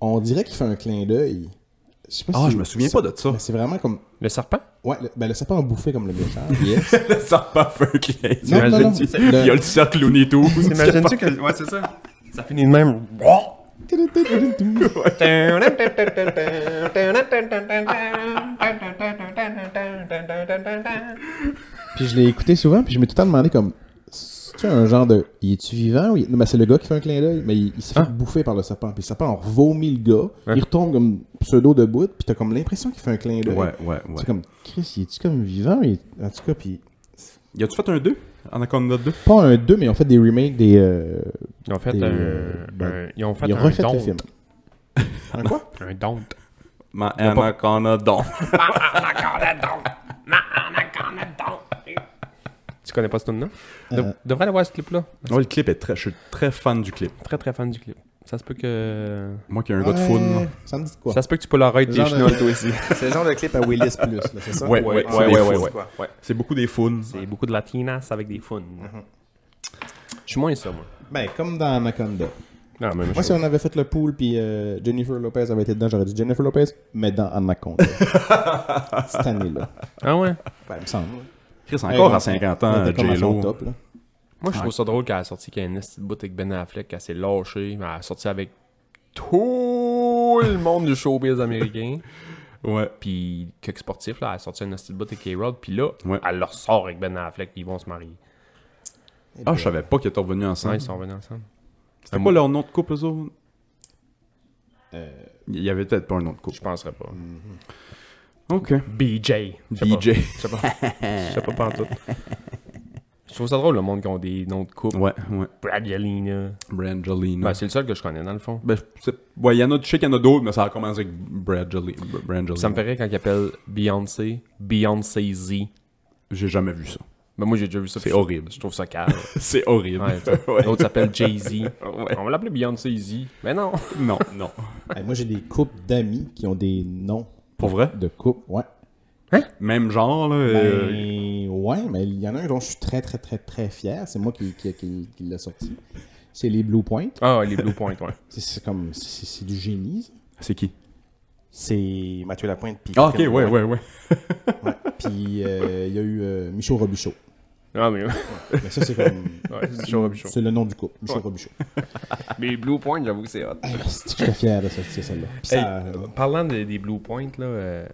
Speaker 6: on dirait qu'il fait un clin d'œil. Je sais pas
Speaker 3: Ah,
Speaker 6: si-
Speaker 3: je me souviens pas de ça. <laughs>
Speaker 6: Mais C'est vraiment comme.
Speaker 4: Le serpent?
Speaker 6: Ouais, le, ben, le serpent a bouffé comme le méchant. yes.
Speaker 3: Le serpent fait un clin.
Speaker 6: Non, non, non.
Speaker 3: T'imagines-tu? Il y a le cercle Looney Tunes.
Speaker 2: <laughs>
Speaker 4: T'imagines-tu que... Ouais, c'est ça. Ça finit de même.
Speaker 6: Puis je l'ai écouté souvent, puis je me tout le temps demandé comme. C'est un genre de. Il est-tu vivant ou il- Non, mais c'est le gars qui fait un clin d'œil, mais il, il s'est fait bouffer par le serpent. Puis le serpent, on vomit le gars, il retombe comme pseudo debout, puis t'as comme l'impression qu'il fait un clin d'œil.
Speaker 3: Ouais, ouais, ouais.
Speaker 6: C'est comme, Chris, il est-tu comme vivant Il- En tout cas, puis.
Speaker 3: Y a-tu fait un 2 Anaconda 2
Speaker 6: Pas un 2, mais on fait des remakes des. euh,
Speaker 4: Ils ont fait
Speaker 6: des,
Speaker 4: un.
Speaker 6: euh, ben,
Speaker 4: un- ils ont fait
Speaker 6: ils ont
Speaker 4: un
Speaker 6: refait
Speaker 4: don't.
Speaker 6: le film. Un quoi
Speaker 4: Un don't.
Speaker 3: Ma Anaconda <laughs> Don.
Speaker 4: Tu connais pas ce tune-là?
Speaker 6: Euh.
Speaker 4: De- Devrais aller voir ce clip-là.
Speaker 3: Non, le clip est très. Je suis très fan du clip.
Speaker 4: Très très fan du clip. Ça se peut que.
Speaker 3: Moi qui ai un gars de foule. là.
Speaker 6: Ça me dit quoi
Speaker 4: Ça se peut que tu peux leur tes
Speaker 6: Genre de-
Speaker 4: chinois, toi
Speaker 6: <laughs>
Speaker 4: aussi.
Speaker 6: C'est le genre de clip à Willis Plus, là, c'est ça
Speaker 3: Ouais, ouais, c'est des founes. C'est beaucoup des founes.
Speaker 4: C'est beaucoup de latinas avec des fun.
Speaker 6: Mhm.
Speaker 4: Je suis moins ça, moi.
Speaker 6: Ben, comme dans Anaconda.
Speaker 4: Non, mais
Speaker 6: Moi, si on avait fait le pool, puis euh, Jennifer Lopez avait été dedans, j'aurais dit Jennifer Lopez, mais dans
Speaker 3: <laughs>
Speaker 6: Anaconda. Cette année-là.
Speaker 4: Ah ouais?
Speaker 6: Ben, il me semble.
Speaker 3: Chris, encore
Speaker 6: Hey,
Speaker 3: à 50 ans,
Speaker 6: on était
Speaker 3: euh,
Speaker 6: comme à son
Speaker 3: J-Lo.
Speaker 6: top, là.
Speaker 4: Moi, je trouve ça drôle qu'elle a sorti qu'il y a une petite bout avec Ben Affleck, qu'elle s'est lâchée, mais elle a sorti avec tout le monde du showbiz américain.
Speaker 3: Ouais.
Speaker 4: Puis, quelques sportifs, là, elle a sorti une petite bout avec K-Rod, puis là,
Speaker 3: Ouais.
Speaker 4: elle leur sort avec Ben Affleck, puis ils vont se marier.
Speaker 3: Ah, je savais pas qu'ils étaient revenus
Speaker 4: Ouais,
Speaker 3: ensemble.
Speaker 4: ils sont venus ensemble.
Speaker 3: C'était quoi leur nom de couple, eux autres
Speaker 6: Euh,
Speaker 3: Il y avait peut-être pas un nom de couple.
Speaker 4: Je penserais pas.
Speaker 3: Hmm. Ok.
Speaker 4: BJ. Je sais pas.
Speaker 3: BJ.
Speaker 4: Je sais pas. <laughs> Je sais pas pantoute. Je trouve ça drôle, le monde qui ont des noms de couple.
Speaker 3: Ouais, ouais.
Speaker 4: Bradgelina.
Speaker 3: Brangelina.
Speaker 4: Ben, c'est le seul que je connais, dans le fond.
Speaker 3: Ben, c'est- ouais, il y en a, je sais qu'il y en a d'autres, mais ça a commencé avec Brangelina. Brangelina.
Speaker 4: Ça me fait rire quand ils appellent Beyoncé, Beyoncé Z.
Speaker 3: J'ai jamais vu ça.
Speaker 4: Ben, moi, j'ai déjà vu ça. puis
Speaker 3: C'est
Speaker 4: je-
Speaker 3: horrible.
Speaker 4: Je trouve ça calme.
Speaker 3: <laughs> C'est horrible. <laughs>
Speaker 4: Ouais, tu sais. L'autre s'appelle Jay-Z. On va l'appeler Beyoncé Z. Mais non.
Speaker 3: Non, non.
Speaker 6: Hey, moi, j'ai des couples d'amis qui ont des noms
Speaker 3: Pour vrai?
Speaker 6: de couples. Ouais.
Speaker 3: Même genre, là. euh,
Speaker 6: Ben, ouais, mais il y en a un dont je suis très, très, très, très fier. C'est moi qui, qui, qui- qui l'a sorti. C'est les Blue Point.
Speaker 4: Ah, les Blue Point, ouais.
Speaker 6: C'est- C'est comme. C'est c'est du génie, ça.
Speaker 3: C'est qui?
Speaker 6: C'est Mathieu Lapointe. puis
Speaker 3: Ah, ok, ouais,
Speaker 6: Catherine Drouin.
Speaker 3: ouais, ouais.
Speaker 6: Puis euh, il y a eu euh, Michaud Robichaud.
Speaker 4: Non, mais.
Speaker 6: Mais ça, c'est comme.
Speaker 4: <laughs> Ouais, c'est Michaud Robichaud.
Speaker 6: C'est le nom du couple, Michaud Robichaud.
Speaker 4: <laughs> Les Blue Point, j'avoue que c'est hot.
Speaker 6: Hey, c'est que je suis fier de ça, c'est celle-là. Puis ça, euh,
Speaker 4: Parlant de- des Blue Point, là. euh,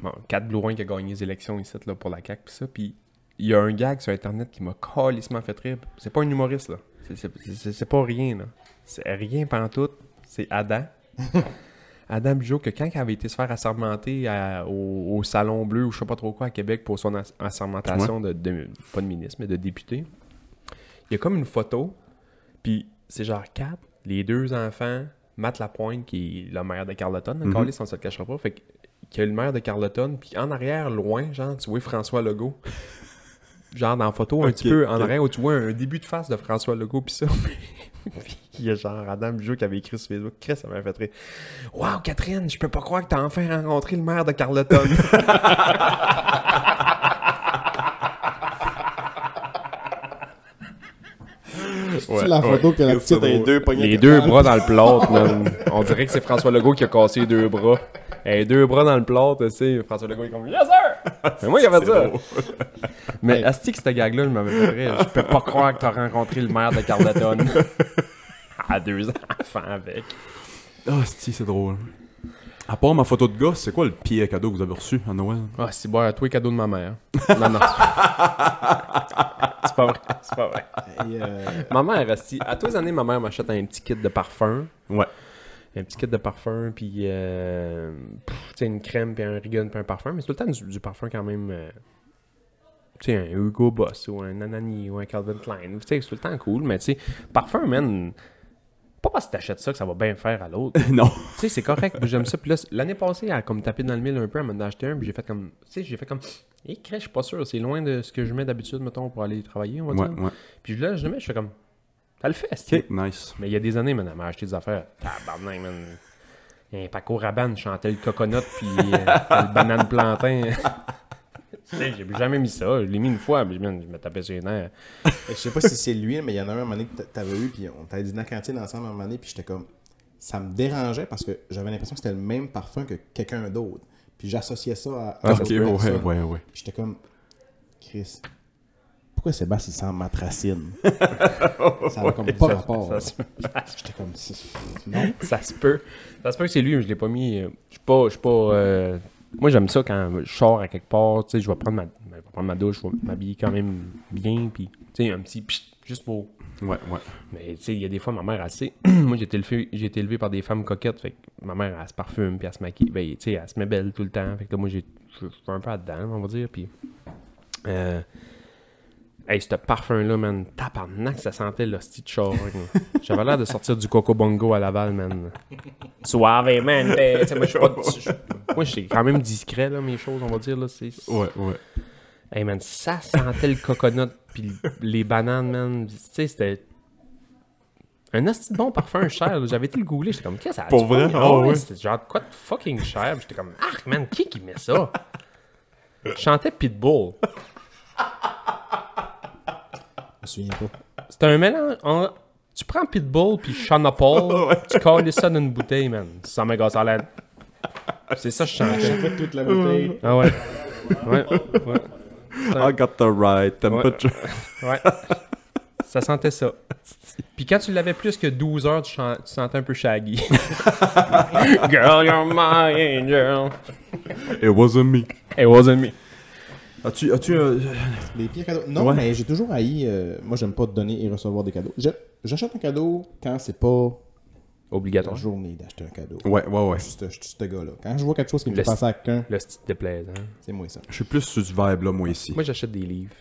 Speaker 4: Bon, 4 Blue Point qui a gagné les élections ici, là, pour la CAQ, pis ça. Puis il y a un gag sur Internet qui m'a calissement fait rire. C'est pas un humoriste, là. C'est- c'est- C'est c'est pas rien, là. C'est rien pantoute. C'est Adam. Adam Bugeaud, que quand il avait été se faire assermenter à- au, au Salon Bleu ou je sais pas trop quoi à Québec pour son as- assermentation de, de- pas de ministre, mais de député, il y a comme une photo, puis c'est genre quatre, les deux enfants, Matt Lapointe, qui est le maire de Carleton, le câlisse, on se le cachera pas, fait que- qu'il y a le maire de Carleton, puis en arrière, loin, genre, tu vois François Legault. <laughs> Genre dans la photo, un petit peu en arrière, où tu vois un début de face de François Legault, puis ça. <laughs> Puis il y a genre Adam Bugeaud qui avait écrit sur Facebook, Chris, ça m'a fait rire. Wow, Catherine, je peux pas croire que t'as enfin rencontré le maire de Carleton.
Speaker 6: c'est la photo que la petite a les deux poignets.
Speaker 4: les deux bras dans le plâtre, man. On dirait que c'est François Legault qui a cassé les deux bras. Et deux bras dans le plâtre, tu sais. François Legault est comme Yes, sir! C'est moi qui avais ça. <laughs> Mais Asti, que cette gag-là, je m'avais fait rire. Je peux pas croire que t'as rencontré le maire de Carleton. à deux enfants avec.
Speaker 3: Ah, si, c'est drôle. À part ma photo de gars, c'est quoi le pire cadeau que vous avez reçu à Noël?
Speaker 4: Ah, c'est bon, à tous les cadeaux de ma mère. Non, non. c'est pas vrai. C'est pas vrai.
Speaker 6: Et, euh,
Speaker 4: Ma mère, Asti, à tous les années, ma mère m'achète un petit kit de parfum.
Speaker 3: Ouais.
Speaker 4: un petit kit de parfum, puis euh, pff, tu sais, une crème, puis un rigon, puis un parfum. Mais c'est tout le temps du, du parfum quand même. euh, tu sais, un Hugo Boss, ou un Anani, ou un Calvin Klein. Tu sais, c'est tout le temps cool, mais tu sais, parfum, man. Pas parce que t'achètes ça que ça va bien faire à l'autre.
Speaker 3: <laughs> non.
Speaker 4: tu sais, c'est correct, puis j'aime ça. Puis là, c- l'année passée, elle a comme tapé dans le mille un peu, elle m'en a acheté un, puis j'ai fait comme. Tu sais, j'ai fait comme. Et crèche, je suis pas sûr, c'est loin de ce que je mets d'habitude, mettons, pour aller travailler, on va
Speaker 3: Ouais,
Speaker 4: dire.
Speaker 3: ouais.
Speaker 4: Puis là, je le mets, je fais comme. Elle le fait, c'est-
Speaker 3: Ok, nice.
Speaker 4: mais il y a des années, man, elle m'a acheté des affaires. Tabarnak, man. Il y a un Paco Rabanne chantait le coconut puis euh, le banane plantain. <laughs> Tu sais, J'ai jamais mis ça. Je l'ai mis une fois, mais man, je me tapais sur les nerfs.
Speaker 6: je sais pas si c'est lui, mais il y en a un à un moment donné que t'a- t'avais eu, puis on t'avait dit dans la cantine ensemble à un moment donné, puis j'étais comme. Ça me dérangeait parce que j'avais l'impression que c'était le même parfum que quelqu'un d'autre. Puis j'associais ça à. à
Speaker 3: Ah, Ok,
Speaker 6: cette
Speaker 3: ouais, ouais,
Speaker 6: personne.
Speaker 3: ouais, ouais.
Speaker 6: Puis j'étais comme. Chris. Pourquoi Sébastien il
Speaker 3: <laughs>
Speaker 6: sent matracine Ça n'a comme pas rapport.
Speaker 4: Ça, se-
Speaker 6: J'étais comme. c'est- Non.
Speaker 4: ça se peut. Ça se peut que c'est lui, mais je l'ai pas mis. euh, Je suis pas, je suis pas euh, Moi, j'aime ça quand je sors à quelque part, tu sais, je vais prendre ma, je vais prendre ma douche, je vais m'habiller quand même bien, puis, tu sais, un petit pchit, juste pour.
Speaker 3: Ouais, ouais.
Speaker 4: Mais, tu sais, il y a des fois, ma mère, elle sait. <clears throat> Moi, j'ai été, élevé, j'ai été élevé par des femmes coquettes, fait que ma mère, elle se parfume, puis elle se maquille, ben, tu sais, elle se met belle tout le temps. Fait que là, moi, j'ai- je je suis un peu là-dedans, on va dire, puis. Euh, Hey, ce parfum-là, man, tabarnak, ça sentait l'hostie de Charac, man. J'avais l'air de sortir du Coco Bongo à Laval, man. Suave, man. t'es- t'sais, Moi, je suis pas- je- moi, je suis quand même discret, là, mes choses, on va dire. Là, c'est...
Speaker 3: Ouais, ouais.
Speaker 4: Hey, man, ça sentait le coconut puis les bananes, man. Tu sais, c'était... Un hostie de bon parfum cher, là. J'avais été le googler, j'étais comme, qu'est-ce que ça a
Speaker 3: Pour
Speaker 4: du
Speaker 3: vrai?
Speaker 4: bon?
Speaker 3: Ah
Speaker 4: ouais,
Speaker 3: ouais.
Speaker 4: C'était genre, de quoi de fucking cher? Puis J'étais comme, arc, man, qui qui met ça? Je chantais Pitbull.
Speaker 6: Je me souviens pas.
Speaker 4: C'est un mélange. en- Tu prends Pitbull puis Sean <laughs> Paul, tu colles ça dans une bouteille, man. Ça me gosse à l'aide. C'est ça, que je chantais.
Speaker 6: Pas toute la bouteille.
Speaker 4: Ah ouais. Ouais. Ouais.
Speaker 3: I got the right temperature.
Speaker 4: ouais. Ça sentait ça. Puis quand tu l'avais plus que 12 heures, tu, chan- tu sentais un peu shaggy. <laughs> Girl, you're my angel.
Speaker 3: It wasn't me.
Speaker 4: It wasn't me.
Speaker 3: As-tu. As-tu euh,
Speaker 6: <laughs> Les pires cadeaux. Non,
Speaker 3: Ouais.
Speaker 6: mais j'ai toujours haï. euh, moi, j'aime pas donner et recevoir des cadeaux. Je- J'achète un cadeau quand c'est pas la
Speaker 4: Obligatoire.
Speaker 6: journée d'acheter un cadeau.
Speaker 3: <laughs> Ouais, ouais, ouais.
Speaker 6: Juste, je suis ce gars-là. Quand je vois quelque chose qui me
Speaker 4: Le-
Speaker 6: fait penser à quelqu'un,
Speaker 4: Le style déplaisant.
Speaker 6: c'est moi ça.
Speaker 3: Je suis plus sur ce vibe-là, moi, ici.
Speaker 4: Moi, j'achète des livres.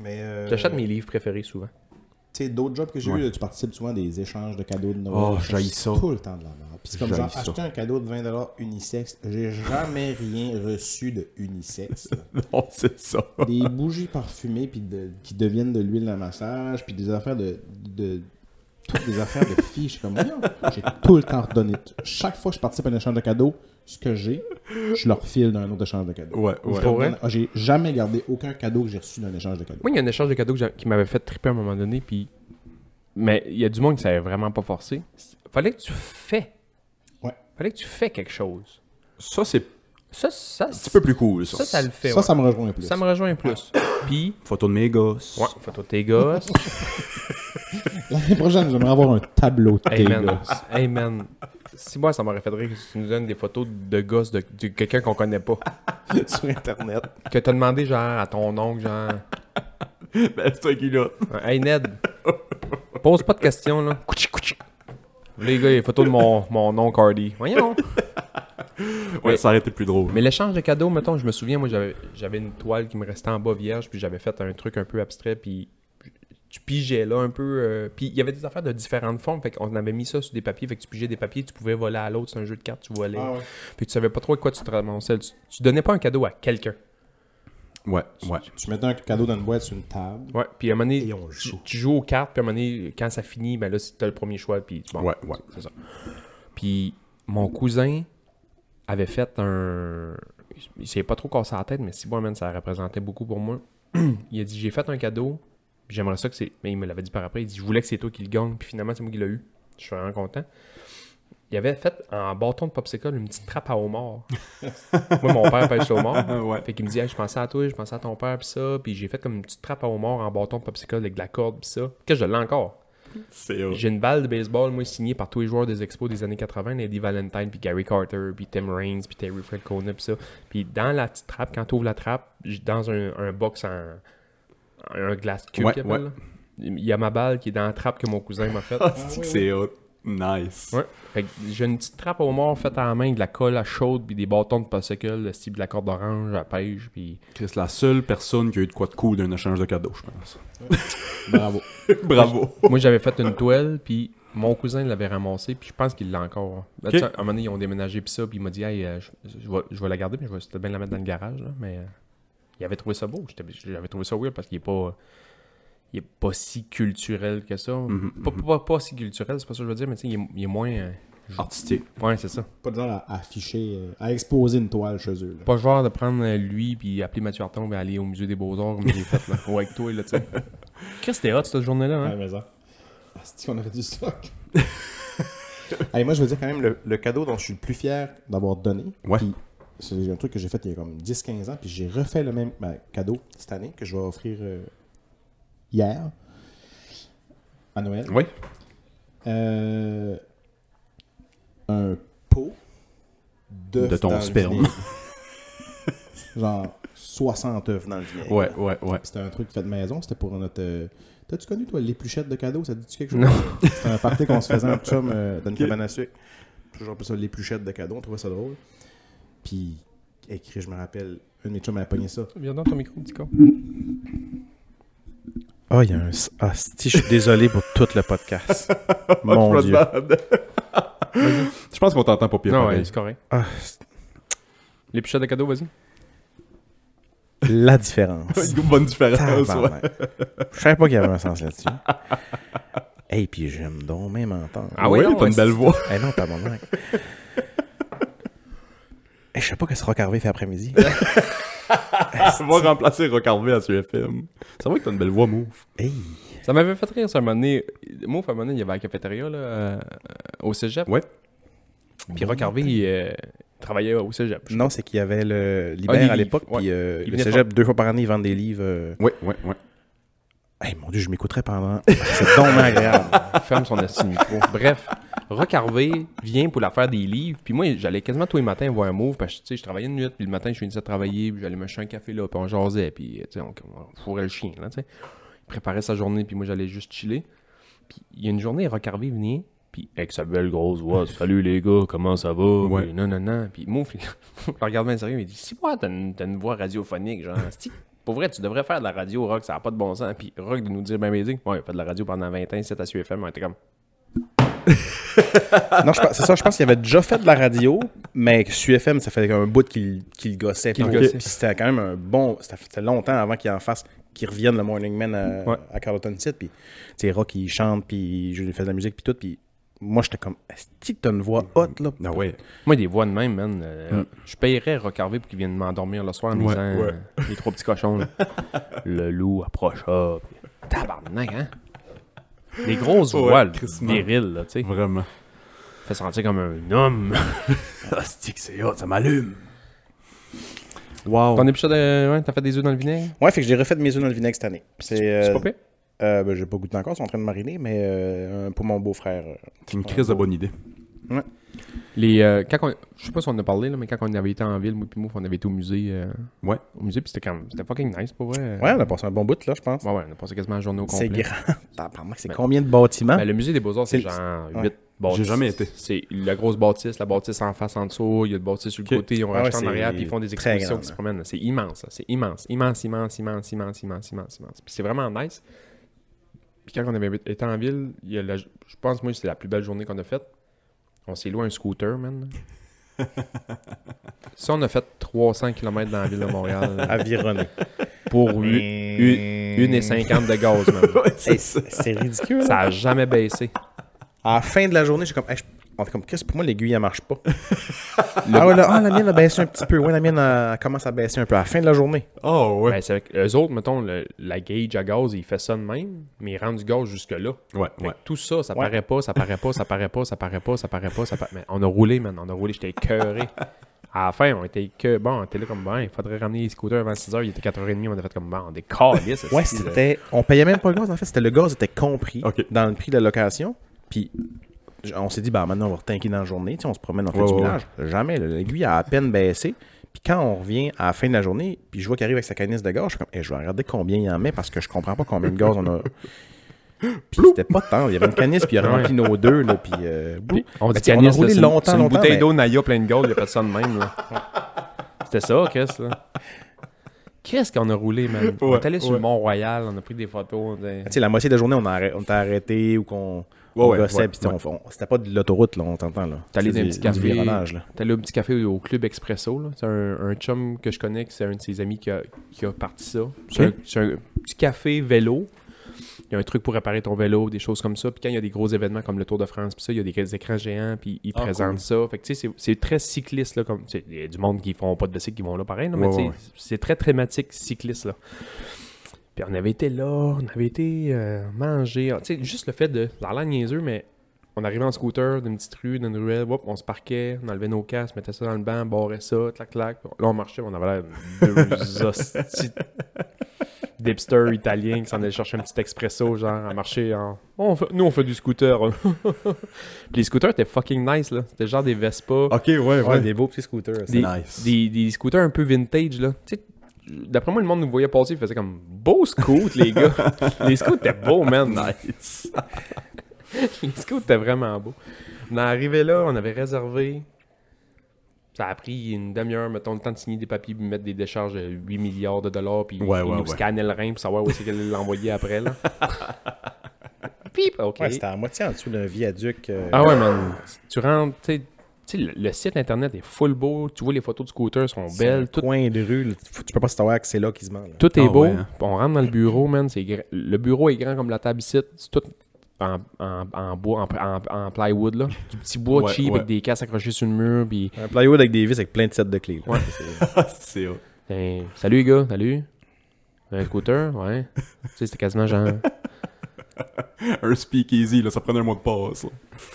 Speaker 6: Mais euh,
Speaker 4: J'achète mes livres préférés souvent.
Speaker 6: Tu sais, d'autres jobs que j'ai
Speaker 3: Ouais.
Speaker 6: eu, là, tu participes souvent à des échanges de cadeaux de Noël.
Speaker 3: Oh,
Speaker 6: Je
Speaker 3: j'haïs
Speaker 6: suis
Speaker 3: ça.
Speaker 6: Tout le temps de la merde. Puis c'est comme
Speaker 3: J'haïs
Speaker 6: genre,
Speaker 3: ça.
Speaker 6: acheter un cadeau de 20$ unisexe, j'ai jamais rien reçu de unisexe.
Speaker 3: <laughs> <laughs> Non, c'est ça.
Speaker 6: des bougies parfumées puis de- qui deviennent de l'huile à massage, puis des affaires de. de toutes des affaires de filles. Je suis comme, voyons, j'ai tout le temps redonné. Chaque fois que je participe à un échange de cadeaux, ce que j'ai, je leur file d'un autre échange de cadeaux.
Speaker 3: Ouais, ouais.
Speaker 4: Pour vrai?
Speaker 6: Ah, J'ai jamais gardé aucun cadeau que j'ai reçu d'un échange de cadeaux.
Speaker 4: Moi, il y a un échange de cadeaux que j'a- qui m'avait fait triper à un moment donné, puis. Mais il y a du monde qui savait vraiment pas forcer. C'est- Fallait que tu fais.
Speaker 6: Ouais.
Speaker 4: Fallait que tu fais quelque chose.
Speaker 3: Ça, c'est un
Speaker 4: Ça, ça,
Speaker 3: petit peu plus cool, ça.
Speaker 4: ça, ça le fait.
Speaker 6: ça,
Speaker 4: ouais.
Speaker 6: ça me rejoint plus.
Speaker 4: Ça me rejoint plus. Puis,
Speaker 3: Photo de mes gosses.
Speaker 4: ouais, photo de tes gosses.
Speaker 6: <laughs> L'année prochaine, j'aimerais avoir un tableau de
Speaker 4: hey
Speaker 6: thé,
Speaker 4: man.
Speaker 6: là.
Speaker 4: <coughs> Hey man. Si moi, ça m'aurait fait rire que tu nous donnes des photos de gosses de, de quelqu'un qu'on connaît pas.
Speaker 6: <laughs> sur Internet.
Speaker 4: Que t'as demandé, genre, à ton oncle, genre.
Speaker 3: <laughs> Ben, c'est toi qui l'as.
Speaker 4: Hey Ned, pose pas de questions là. Les gars, les photos de mon, mon oncle Hardy. Voyons.
Speaker 3: Ouais, ça aurait été plus drôle.
Speaker 4: Mais l'échange de cadeaux, mettons, je me souviens, moi, j'avais, j'avais une toile qui me restait en bas vierge, puis j'avais fait un truc un peu abstrait, puis tu pigeais là un peu. euh, puis il y avait des affaires de différentes formes, fait qu'on avait mis ça sur des papiers, fait que tu pigeais des papiers, tu pouvais voler à l'autre, c'est un jeu de cartes, tu volais.
Speaker 6: Ah ouais.
Speaker 4: Puis tu savais pas trop à quoi tu te ramassais. Tu, tu donnais pas un cadeau à quelqu'un.
Speaker 3: Ouais, ouais.
Speaker 6: Tu mettais un cadeau dans une boîte sur une table.
Speaker 4: Ouais, puis à un moment donné,
Speaker 6: Et on
Speaker 4: tu,
Speaker 6: joue.
Speaker 4: tu joues aux cartes, puis à un moment donné, quand ça finit, ben là, c'est- t'as le premier choix, puis bon,
Speaker 3: Ouais, ouais.
Speaker 4: c'est ça. Puis mon cousin avait fait un... Il s'est pas trop cassé la tête, mais si bon, man, ça représentait beaucoup pour moi. <clears throat> il a dit, j'ai fait un cadeau, puis j'aimerais ça que c'est... Mais il me l'avait dit par après, il dit, je voulais que c'est toi qui le gagne, puis finalement, c'est moi qui l'ai eu. Je suis vraiment content. Il avait fait en bâton de popsicle une petite trappe à homard.
Speaker 6: <laughs>
Speaker 4: Moi, mon père pêche au homard.
Speaker 3: Ouais.
Speaker 4: Fait qu'il me dit, Hey, je pensais à toi, je pensais à ton père, puis ça. Puis j'ai fait comme une petite trappe à homard en bâton de popsicle avec de la corde, puis ça. Que je l'ai encore.
Speaker 3: C'est horrible.
Speaker 4: J'ai une balle de baseball, moi, signée par tous les joueurs des expos des années 80, Eddie Valentine, puis Gary Carter, puis Tim Raines, puis Terry Francona, puis ça. Puis dans la petite trappe, quand tu ouvres la trappe, j- dans un, un box en. un glace cube,
Speaker 3: Ouais,
Speaker 4: qu'il appelle,
Speaker 3: ouais.
Speaker 4: là, il y a ma balle qui est dans la trappe que mon cousin m'a
Speaker 3: <laughs>
Speaker 4: faite.
Speaker 3: Ah, c'est que c'est hot. Nice.
Speaker 4: Ouais. Fait que j'ai une petite trappe au mort faite à la main, de la colle à chaude, puis des bâtons de popsicle, le style de la corde d'orange à pêche, puis
Speaker 3: Chris, la seule personne qui a eu de quoi de cool d'un échange de cadeaux, je pense.
Speaker 6: Bravo.
Speaker 3: <laughs> Bravo.
Speaker 4: Moi, j'avais fait une toile, puis mon cousin l'avait ramassée, puis je pense qu'il l'a encore. Ben, tu sais, À un moment donné, ils ont déménagé, puis ça, puis il m'a dit, hey, euh, je, je vais, je vais la garder, mais je vais peut-être bien la mettre dans le garage, là. Mais euh, il avait trouvé ça beau. J'étais- J'avais trouvé ça weird parce qu'il est pas. Il est pas si culturel que ça. pas, pas, pas, pas si culturel, c'est pas ça que je veux dire, mais tu sais, il, est- il est moins. euh,
Speaker 3: Artistique.
Speaker 4: ouais, c'est ça.
Speaker 6: Pas de genre à afficher, euh, à exposer une toile chez eux. là.
Speaker 4: Pas genre de prendre euh, lui, puis appeler Mathieu Arton, puis aller au musée des Beaux-Arts, comme j'ai fait, là. <laughs> Ou avec toi, là, tu sais. Chris, c'était hot cette journée-là, hein?
Speaker 6: Ouais, mais ça. Asti, on avait
Speaker 4: <laughs>
Speaker 6: du stock. Hey, moi, je veux dire quand même le, le cadeau dont je suis le plus fier d'avoir donné.
Speaker 3: Ouais.
Speaker 6: puis C'est un truc que j'ai fait il y a comme 10-15 ans, puis j'ai refait le même ben, cadeau cette année que je vais offrir euh, hier à Noël.
Speaker 3: Oui.
Speaker 6: Euh, un pot
Speaker 3: De ton
Speaker 6: dans le
Speaker 3: sperme.
Speaker 6: nez. genre 60 œufs dans le vinaigre.
Speaker 3: Ouais, ouais, ouais.
Speaker 6: C'était un truc fait maison, c'était pour notre. euh, T'as-tu connu, toi, l'épluchette de cadeaux Ça te dit-tu quelque chose <laughs> C'était un party qu'on se faisait en chum euh, dans une cabane à sucre. Toujours appelé ça l'épluchette de cadeaux, on trouvait ça drôle. Puis, écrit, je me rappelle, un de mes chums a pogné ça.
Speaker 4: Viens dans ton micro, petit con.
Speaker 2: Ah, il y a un. Ah, si, je suis désolé pour tout le
Speaker 6: <laughs>
Speaker 2: podcast. Mon Dieu.
Speaker 3: Je pense qu'on t'entend pas pire.
Speaker 4: Non,
Speaker 3: pareil.
Speaker 4: ouais, c'est correct.
Speaker 2: Ah,
Speaker 4: Les pichettes de cadeaux, vas-y.
Speaker 2: la différence.
Speaker 3: Une bonne différence. ouais.
Speaker 2: Tabarnak. Je savais pas qu'il y avait un sens là-dessus. Et puis j'aime donc même entendre.
Speaker 4: Ah oui,
Speaker 3: Ouais,
Speaker 4: non,
Speaker 3: t'as une belle <laughs> voix.
Speaker 2: Eh non, t'as mon mec. Eh, Je sais pas qu'est-ce que Rock Harvey fait après-midi.
Speaker 3: Ça va remplacer Rocarvé à ce FM. C'est vrai que t'as une belle voix, Move.
Speaker 2: Hey.
Speaker 4: Ça m'avait fait rire, ça, un moment donné. Moi, à un moment donné, il y avait la cafétéria, là, euh, au cégep.
Speaker 3: Ouais.
Speaker 4: Puis Rock Harvey, il, euh, travaillait au cégep.
Speaker 2: <laughs>
Speaker 4: je
Speaker 2: Non, c'est qu'il y avait le Libère
Speaker 4: Ah, les
Speaker 2: à l'époque,
Speaker 4: livres, ouais.
Speaker 2: puis euh,
Speaker 4: Il
Speaker 2: le
Speaker 4: venait
Speaker 2: cégep, deux fois par année, ils vendent des livres. euh.
Speaker 3: Ouais, ouais, ouais.
Speaker 2: Hey, mon Dieu, je m'écouterais pendant. C'est hein. donc bien agréable.
Speaker 4: ferme son esti de micro. <laughs> Bref, Rock Harvey vient pour la faire des livres. Puis moi, j'allais quasiment tous les matins voir un move parce que tu sais, je travaillais une nuit, puis le matin, je finissais de travailler, puis j'allais me chercher un café là, puis on jasait, puis tu sais, on, on fourrait le chien, là, tu sais. Il préparait sa journée, puis moi, j'allais juste chiller. Puis il y a une journée, Rock Harvey venait, puis avec sa belle grosse
Speaker 3: <laughs>
Speaker 4: voix, salut les gars, comment ça va?
Speaker 3: Ouais.
Speaker 4: Puis non, non, non. Puis Move, il <laughs> je le regarde bien sérieux, il dit, si moi, t'as une, t'as une voix radiophonique,
Speaker 3: <laughs>
Speaker 4: genre, Asti, Pour vrai, tu devrais faire de la radio, Rock, ça n'a pas de bon sens. Puis Rock de nous dire, ben, mais dis, ouais, il a fait de la radio pendant 20 ans, c'est à SUFM, on était comme,
Speaker 2: non, je pense- c'est ça, je pense qu'il avait déjà fait de la radio, mais SUFM, ça faisait comme un bout qu'il qu'il gossait.
Speaker 4: Qu'il
Speaker 2: puis-
Speaker 4: gossait.
Speaker 2: Puis c'était quand même un bon. C'était c'était longtemps avant qu'il en fasse, qu'il revienne le Morning Man à, à Carleton City. Puis, tu sais, Rock, il chante, puis je lui fais de la musique, puis tout. Puis moi, j'étais comme, est-ce que t'as une
Speaker 4: Mm-hmm.
Speaker 2: voix haute, là?
Speaker 3: Ah ouais.
Speaker 4: Moi, des voix de même, man. euh, Je payerais Rock Harvey pour qu'il vienne m'endormir le soir en me
Speaker 3: Ouais,
Speaker 4: disant euh, les trois petits cochons.
Speaker 3: <laughs>
Speaker 4: là. le loup approcha. puis Tabarnak, hein? Des grosses
Speaker 3: Ouais,
Speaker 4: voiles,
Speaker 3: crissement.
Speaker 4: viriles, là, tu sais.
Speaker 3: Vraiment.
Speaker 4: Fait sentir comme un homme.
Speaker 3: Hostie que c'est hot, ça m'allume. Wow.
Speaker 4: Ton épisode, euh, ouais, t'as fait des œufs dans le vinaigre?
Speaker 2: Ouais, fait que j'ai refait mes œufs dans le vinaigre cette année. C'est euh,
Speaker 4: C'est pas pire?
Speaker 2: euh, ben, j'ai pas goûté encore, ils sont en train de mariner, mais euh, un pour mon beau-frère. euh.
Speaker 3: C'est une crise de bonne idée.
Speaker 4: Les, euh, quand on- je sais pas si on en a parlé, là, mais quand on avait été en ville, moi pis moi, on avait été au musée. euh,
Speaker 3: Ouais.
Speaker 4: Au musée, puis c'était quand même- c'était fucking nice, pour vrai.
Speaker 2: Ouais, on a passé un bon bout, là, je pense.
Speaker 4: Ouais, ouais, on a passé quasiment la journée au complet.
Speaker 2: C'est grand. Tabarnak, C'est combien de bâtiments?
Speaker 4: Ben, le musée des Beaux-Arts, c'est
Speaker 2: Hein? C'est-
Speaker 4: genre
Speaker 2: ouais.
Speaker 4: 8 bâtisses.
Speaker 3: J'ai jamais été.
Speaker 4: C'est la grosse bâtisse, la bâtisse en face, en dessous. Il y a une bâtisse sur le
Speaker 3: Ok.
Speaker 4: côté, ils ont
Speaker 2: Ah ouais,
Speaker 4: racheté en
Speaker 2: c'est
Speaker 4: arrière, puis ils font des
Speaker 2: très
Speaker 4: expositions
Speaker 2: grand,
Speaker 4: qui se
Speaker 2: là.
Speaker 4: promènent. C'est immense, là. c'est immense, immense, immense, immense, immense, immense, immense, immense. Puis c'est vraiment nice. Puis quand on avait été en ville, il y a la- je pense, moi, c'est la plus belle journée qu'on a faite. On s'est loué un scooter,
Speaker 2: <laughs>
Speaker 4: man. Ça, on a fait 300 km dans la ville
Speaker 2: <laughs>
Speaker 4: de Montréal
Speaker 2: Avironné.
Speaker 4: pour 1,50 de gaz,
Speaker 2: <laughs>
Speaker 4: man.
Speaker 2: Hey, c'est c'est ridicule.
Speaker 4: Ça a jamais baissé.
Speaker 2: À la fin de la journée, j'ai comme, hey, je- on fait comme, Chris, pour moi, l'aiguille, elle
Speaker 4: <laughs>
Speaker 2: marche pas. ah ouais, là, ah, la mienne a baissé un petit peu. Ouais, la mienne elle commence à baisser un peu à la fin de la journée.
Speaker 3: Oh, ouais.
Speaker 4: Ben, c'est avec eux autres, mettons, le- la gauge à gaz, il fait ça de même, mais il rend du gaz jusque-là.
Speaker 3: Ouais,
Speaker 4: Fait
Speaker 3: ouais.
Speaker 4: que Tout ça, ça paraît pas, ça paraît pas, ça paraît pas, ça paraît pas, ça paraît pas, ça paraît Mais on a roulé, man, on a roulé, j'étais écœuré. À la fin, on était que. Bon, on était là comme ben, il faudrait ramener les scooters avant 6h, il était 4h30, on a fait comme ben, on est calisse,
Speaker 2: Ouais,
Speaker 4: esti, là.
Speaker 2: c'était. On payait même pas le gaz, en fait. C'était le gaz était compris
Speaker 3: Ok.
Speaker 2: dans le prix de la location. Puis j- on s'est dit, bah maintenant, on va retinquer dans la journée. Tu sais, on se promène, on fait
Speaker 3: Ouais,
Speaker 2: du
Speaker 3: ouais,
Speaker 2: village. Jamais. là, L'aiguille a à peine baissé. Puis quand on revient à la fin de la journée, puis je vois qu'il arrive avec sa canisse de gaz, je suis comme, Eh, je vais regarder combien il en met parce que je comprends pas combien de gaz on
Speaker 4: <gasps>
Speaker 2: a. Puis c'était pas tant. Il y avait une canisse, puis il a rempli nos deux, là. Puis. euh, blou.
Speaker 4: Ben, On
Speaker 2: Mais
Speaker 4: dit
Speaker 2: tu sais,
Speaker 4: canis,
Speaker 2: a roulé
Speaker 4: là, c'est une-
Speaker 2: longtemps,
Speaker 4: c'est une
Speaker 2: longtemps,
Speaker 4: bouteille
Speaker 2: mais-
Speaker 4: d'eau Naya pleine de gold, il a fait ça de même, là. C'était ça, Chris, là. Qu'est-ce qu'on a roulé, man? on est allé sur le Mont-Royal, on a pris des photos. on était-
Speaker 2: Tu sais, la moitié de la journée, on, a arrêt- on t'a arrêté ou qu'on
Speaker 3: Ouais,
Speaker 2: on
Speaker 3: ouais,
Speaker 2: gossait,
Speaker 3: ouais,
Speaker 2: puis tu sais, on- on- c'était pas de l'autoroute, là, on t'entend, là.
Speaker 4: T'es allé
Speaker 2: C'est
Speaker 4: dans un
Speaker 2: du-
Speaker 4: petit
Speaker 2: du
Speaker 4: café.
Speaker 2: vironnage, là.
Speaker 4: T'es allé au petit café au Club Expresso. là. C'est un, un chum que je connais, que c'est un de ses amis qui a, qui a parti ça. C'est un- c'est un, petit café vélo. Il y a un truc pour réparer ton vélo, des choses comme ça. Puis quand il y a des gros événements comme le Tour de France, puis ça, il y a des écrans géants, puis
Speaker 2: Ah,
Speaker 4: ils présentent ça. Fait que tu sais, c'est- c'est très cycliste. Là, comme, tu sais, il y a du monde qui font pas de bicycle qui vont là pareil, là, mais
Speaker 3: Ouais,
Speaker 4: tu sais,
Speaker 3: ouais, ouais.
Speaker 4: c'est très thématique cycliste. Là. Puis on avait été là, on avait été euh, manger. Tu sais, juste le fait de. La langue niaiseux, mais on arrivait en scooter d'une petite rue, d'une ruelle, hop, on se parquait, on enlevait nos casques, mettait ça dans le banc, barrait ça, clac, clac. Là, on marchait, on avait l'air de deux hosties dipster italien qui s'en allait chercher un petit expresso, genre, à marcher en. On fait- Nous, on fait du scooter. <laughs> Puis les scooters étaient fucking nice, là. C'était genre des Vespa.
Speaker 3: Ok, ouais, ouais.
Speaker 2: des beaux petits scooters.
Speaker 3: C'est
Speaker 4: des,
Speaker 3: nice.
Speaker 4: des, des scooters un peu vintage, là. Tu sais, d'après moi, le monde nous voyait passer, il faisait comme beau scoot, les
Speaker 3: <laughs>
Speaker 4: gars. les scouts étaient beaux, man.
Speaker 3: Nice.
Speaker 4: <laughs> les scouts étaient vraiment beaux. On est arrivé là, on avait réservé. Ça a pris une demi-heure, mettons, le temps de signer des papiers, puis mettre des décharges de 8 milliards de dollars, puis
Speaker 3: Ouais,
Speaker 4: ils
Speaker 3: ouais,
Speaker 4: nous
Speaker 3: ouais.
Speaker 4: scannaient le rein pour savoir où c'est qu'elle allait l'envoyer après,
Speaker 3: <laughs>
Speaker 4: là. Pip, ok.
Speaker 2: Ouais, c'était à moitié en dessous d'un viaduc. euh,
Speaker 4: Ah ouais, man. Tu rentres, tu sais- tu sais, le, le site internet est full beau. Tu vois, les photos de scooters sont
Speaker 2: un
Speaker 4: belles. Tout,
Speaker 2: coin de rue. là, tu tu peux pas savoir que c'est là qu'ils se mangent. là.
Speaker 4: tout est
Speaker 3: Ah
Speaker 4: beau.
Speaker 3: ouais, hein?
Speaker 4: On rentre dans le bureau, man. c'est gra- Le bureau est grand comme la table ici. C'est tout en, en, en bois, en, en- en plywood, là. Du petit bois
Speaker 3: Ouais,
Speaker 4: cheap
Speaker 3: ouais.
Speaker 4: avec des casses accrochées sur le mur. Puis,
Speaker 2: Un plywood avec des vis avec plein de sets de clés.
Speaker 4: <laughs>
Speaker 2: là. C'est-
Speaker 3: c'est hot.
Speaker 4: ben, salut, les gars, salut. Un scooter,
Speaker 3: <laughs>
Speaker 4: ouais. tu sais, c'était quasiment genre.
Speaker 3: Un speakeasy, là, ça prenait un mot de passe. là.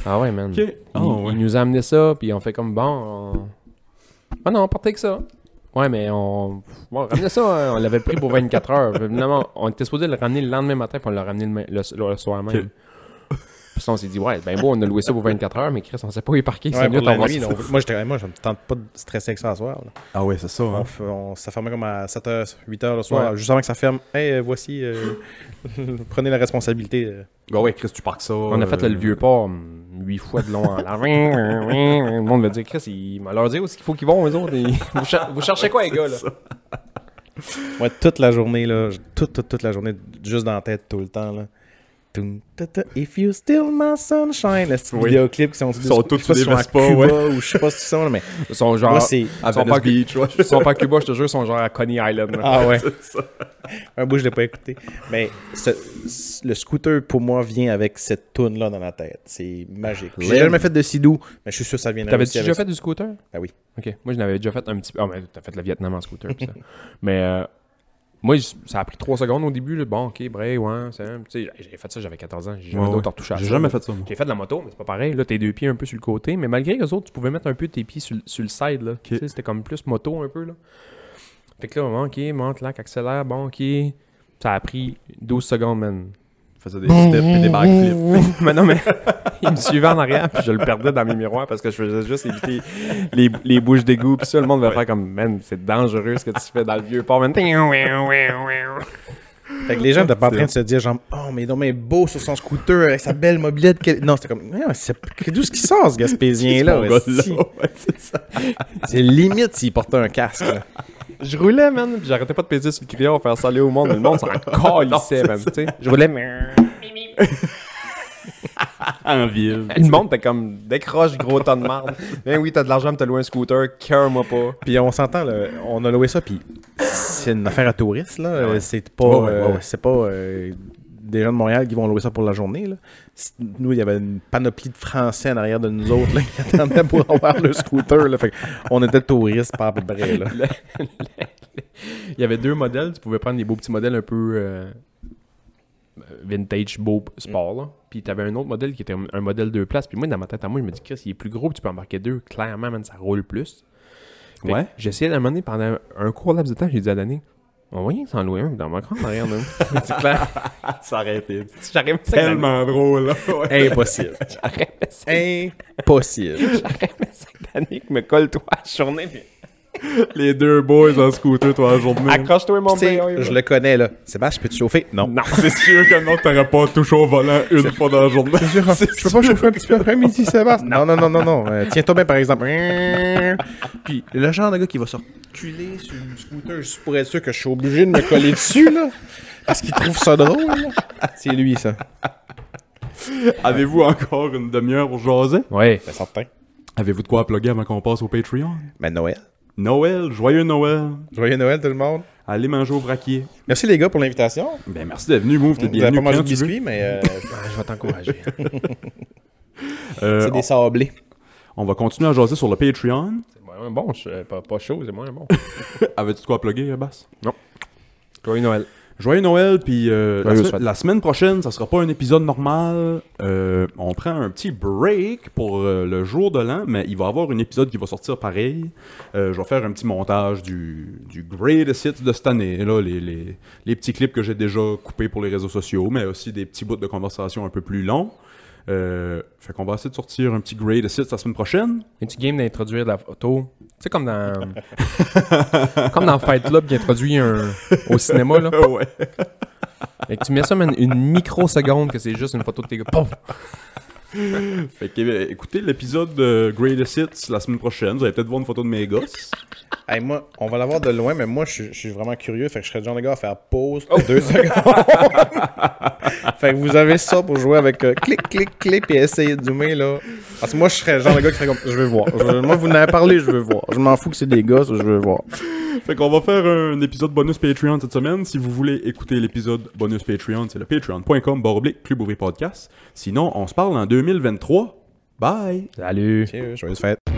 Speaker 4: Ah ouais, man.
Speaker 3: Ok.
Speaker 4: Il,
Speaker 3: Ah
Speaker 2: Oh,
Speaker 3: ouais.
Speaker 4: il nous a amené ça, puis on fait comme bon. on- Ah non, partez avec ça. Ouais, mais on. Bon, ramenez ça, hein. on l'avait pris pour 24 heures. Finalement, on était supposé le ramener le lendemain matin, puis on l'a ramené le, ma- le- le soir même.
Speaker 3: Ok.
Speaker 4: Puis ça, on s'est dit, ouais, ben bon, on a loué ça pour 24 heures, mais Chris, on sait pas où il est parqué.
Speaker 2: Ouais,
Speaker 4: c'est mieux,
Speaker 2: pour la
Speaker 4: on va
Speaker 2: nuit,
Speaker 4: se-
Speaker 2: là, on veut- moi, j'étais- moi, je me tente pas de stresser avec ça à soir. là.
Speaker 3: Ah ouais, c'est ça.
Speaker 2: On,
Speaker 3: Hein.
Speaker 2: f- on- ça fermait comme à 7h, 8h le soir, juste avant que ça ferme. Hey, euh, voici, euh, <laughs> prenez la responsabilité. euh.
Speaker 3: Ah ouais, Chris, tu parques ça.
Speaker 4: On a fait là,
Speaker 3: euh,
Speaker 4: le vieux port hum, huit fois de long en large. le monde va dire, Chris, il m'a leur dit où est-ce qu'il faut qu'ils vont, eux autres. ils- Vous, cher- vous cherchez quoi, les gars, là?
Speaker 2: Ouais, toute la journée, là, je- toute, toute, toute la journée, juste dans la tête tout le temps. Là. Tum, ta, ta, If you still my sunshine, les petits
Speaker 3: Oui.
Speaker 2: vidéoclips qui sont,
Speaker 3: Ils sont tous
Speaker 2: je sais pas
Speaker 3: sur
Speaker 2: si
Speaker 3: des
Speaker 2: ils sont à
Speaker 3: Vespa,
Speaker 2: Cuba,
Speaker 3: ouais.
Speaker 2: ou je sais pas si ils sont là, mais
Speaker 4: Ils sont genre.
Speaker 2: moi, c'est
Speaker 3: À
Speaker 4: Ils sont
Speaker 3: Venice
Speaker 4: pas-
Speaker 3: Beach, ouais. <laughs>
Speaker 4: Ils sont pas à Cuba, je te jure, ils sont genre à Coney Island. là.
Speaker 2: Ah ouais.
Speaker 3: ça.
Speaker 2: Un bout, je l'ai pas écouté. Mais ce- ce- le scooter, pour moi, vient avec cette toune là dans la tête. C'est magique. J'ai jamais fait de sidou, mais je suis sûr que ça
Speaker 3: Ben
Speaker 2: viendra
Speaker 4: T'avais-tu
Speaker 2: aussi
Speaker 4: déjà
Speaker 2: avec
Speaker 4: fait du scooter?
Speaker 2: Ah oui.
Speaker 4: Ok. Moi, je n'avais déjà fait un petit peu. Ah, mais t'as fait le Vietnam en scooter. pis ça. <laughs> mais euh, moi, j- ça a pris trois secondes au début. là. Bon, ok, bref, ouais. c'est un- tu sais, J'ai fait ça, j'avais 14 ans. J'ai jamais
Speaker 3: Ouais, ouais.
Speaker 4: d'autres retouché à
Speaker 3: J'ai
Speaker 4: ça,
Speaker 3: jamais
Speaker 4: là.
Speaker 3: fait ça, moi.
Speaker 4: J'ai fait de la moto, mais c'est pas pareil. Là, t'es deux pieds un peu sur le côté. Mais malgré les autres, tu pouvais mettre un peu tes pieds sur, le- sur le side. Là. Tu sais, C'était comme plus moto un peu. Là. Fait que là, bon, ok, monte, lac, accélère. Bon, ok. Ça a pris 12 secondes, man.
Speaker 3: Je faisais des steps et des <laughs>
Speaker 4: <laughs>
Speaker 3: backflips.
Speaker 4: mais non, mais il me suivait en arrière, puis je le perdais dans mes miroirs parce que je faisais juste éviter les, les bouches d'égout. Puis ça, le monde va faire comme, man, c'est dangereux ce que tu fais dans le vieux port, man.
Speaker 2: Fait que les gens n'étaient pas en train de se dire, genre, oh, mais non, mais beau sur son scooter avec sa belle mobilette. quel- Non, c'était comme, Non, c'est que- d'où est-ce qu'il sort ce Gaspésien-là? hostie? C'est limite s'il portait un casque. là.
Speaker 4: Je roulais, man, puis j'arrêtais pas de peser sur le criard, faire saluer au monde, mais le monde <laughs> s'en calissait, man, tu sais. Je roulais, mais.
Speaker 3: En ville.
Speaker 4: Le monde était comme, décroche, gros tas de marde. <laughs> Ben oui, t'as de l'argent, mais t'as loué un scooter, care-moi pas.
Speaker 2: Puis on s'entend, là, on a loué ça, puis c'est une affaire à touristes, là. Euh, C'est pas,
Speaker 3: Ouais, ouais,
Speaker 2: euh,
Speaker 3: ouais, ouais.
Speaker 2: c'est pas euh, des gens de Montréal qui vont louer ça pour la journée, là. C'est- Nous, il y avait une panoplie de Français en arrière de nous autres, là, qui attendaient pour avoir le scooter, là. Fait on était touristes, pas à peu près, là.
Speaker 4: Il y avait deux modèles. Tu pouvais prendre les beaux petits modèles un peu euh, vintage, beau sport. là. Puis tu avais un autre modèle qui était un, un modèle deux places. Puis moi, dans ma tête à moi, je me dis, Chris, il est plus gros, puis tu peux embarquer deux. Clairement, man, ça roule plus. Fait que
Speaker 3: Ouais.
Speaker 4: J'essayais d'un moment donné, pendant un court laps de temps, j'ai dit à Danny, on voyait rien s'en louer un dans ma grande derrière, nous. <laughs> C'est clair.
Speaker 3: Ça arrêtait.
Speaker 4: J'arrive ça, Danny.
Speaker 3: Tellement drôle, là. Ouais. <laughs> Oh,
Speaker 2: Impossible. Impossible.
Speaker 4: Danny, qui me colle toi à la journée. puis
Speaker 3: Les deux boys en scooter, toi, la journée.
Speaker 4: Accroche-toi, mon
Speaker 2: Tu sais,
Speaker 3: ben
Speaker 4: bébé.
Speaker 2: je le connais, là. Sébastien, je peux te chauffer? Non.
Speaker 4: Non.
Speaker 3: C'est sûr que non, t'aurais pas touché au volant une fois dans la journée.
Speaker 2: Je peux pas chauffer un petit peu après-midi, Sébastien? Non, non, non, non, non. Euh, Tiens-toi bien, par exemple. Puis le genre de gars qui va se reculer sur le scooter juste pour être sûr que je suis obligé de me coller dessus, là. Parce qu'il trouve ça drôle, là. C'est lui, ça.
Speaker 3: <laughs> Avez-vous encore une demi-heure pour jaser?
Speaker 4: Ouais.
Speaker 2: Ben, certain.
Speaker 3: Avez-vous de quoi à plugger avant qu'on passe au Patreon?
Speaker 2: Mais Noël.
Speaker 3: Noël, joyeux Noël.
Speaker 2: Joyeux Noël, tout le monde.
Speaker 3: Allez manger au braquier.
Speaker 2: Merci, les gars, pour l'invitation.
Speaker 3: Ben merci d'être venu, Move, t'es
Speaker 2: Vous avez
Speaker 3: bienvenu
Speaker 2: pas mangé
Speaker 3: quand
Speaker 2: de
Speaker 3: tu veux.
Speaker 2: biscuits, mais euh,
Speaker 4: Je vais t'encourager.
Speaker 3: Euh,
Speaker 2: c'est des sablés.
Speaker 3: On va continuer à jaser sur le Patreon.
Speaker 4: c'est moins
Speaker 3: <laughs>
Speaker 4: bon. Je, suis pas, pas chaud, c'est moins bon.
Speaker 3: Avais-tu de quoi à plugger, Bass?
Speaker 4: Joyeux Noël.
Speaker 3: Joyeux Noël, puis euh, la,
Speaker 2: Joyeuses
Speaker 3: semaine-
Speaker 2: fêtes.
Speaker 3: la semaine prochaine, ça sera pas un épisode normal. Euh, on prend un petit break pour euh, le jour de l'an, mais il va y avoir un épisode qui va sortir pareil. Euh, je vais faire un petit montage du, du greatest hits de cette année, là, les, les- les petits clips que j'ai déjà coupés pour les réseaux sociaux, mais aussi des petits bouts de conversation un peu plus longs. Euh, fait qu'on va essayer de sortir un petit greatest hits la semaine prochaine.
Speaker 8: Un petit game d'introduire de la photo. Tu sais, comme dans. comme dans Fight Club qui introduit un... au cinéma, là.
Speaker 3: <laughs> ouais.
Speaker 8: Et que tu mets ça, man, une microseconde que c'est juste une photo de tes gars. Pouf!
Speaker 3: Fait que, euh, écoutez l'épisode de Greatest Hits la semaine prochaine. Vous allez peut-être voir une photo de mes gosses.
Speaker 2: Hey, moi, on va l'avoir de loin, mais moi, je, suis- je suis vraiment curieux. Fait que je serais le genre de gars à faire pause deux secondes. fait que vous avez ça pour jouer avec euh, clic, clic, clic et essayer de zoomer, là. Parce que moi, je serais le genre de gars qui serait comme, je veux voir. Je veux- moi, vous en avez parlé, je veux voir. Je m'en fous que c'est des gosses, je veux voir.
Speaker 3: Fait qu'on va faire un épisode bonus Patreon cette semaine. Si vous voulez écouter l'épisode bonus Patreon, c'est le patreon.com baroblique Club Ouvrier Podcast. Sinon, on se parle en 2023. Bye!
Speaker 8: Salut!
Speaker 2: Ok, joyeuse fête.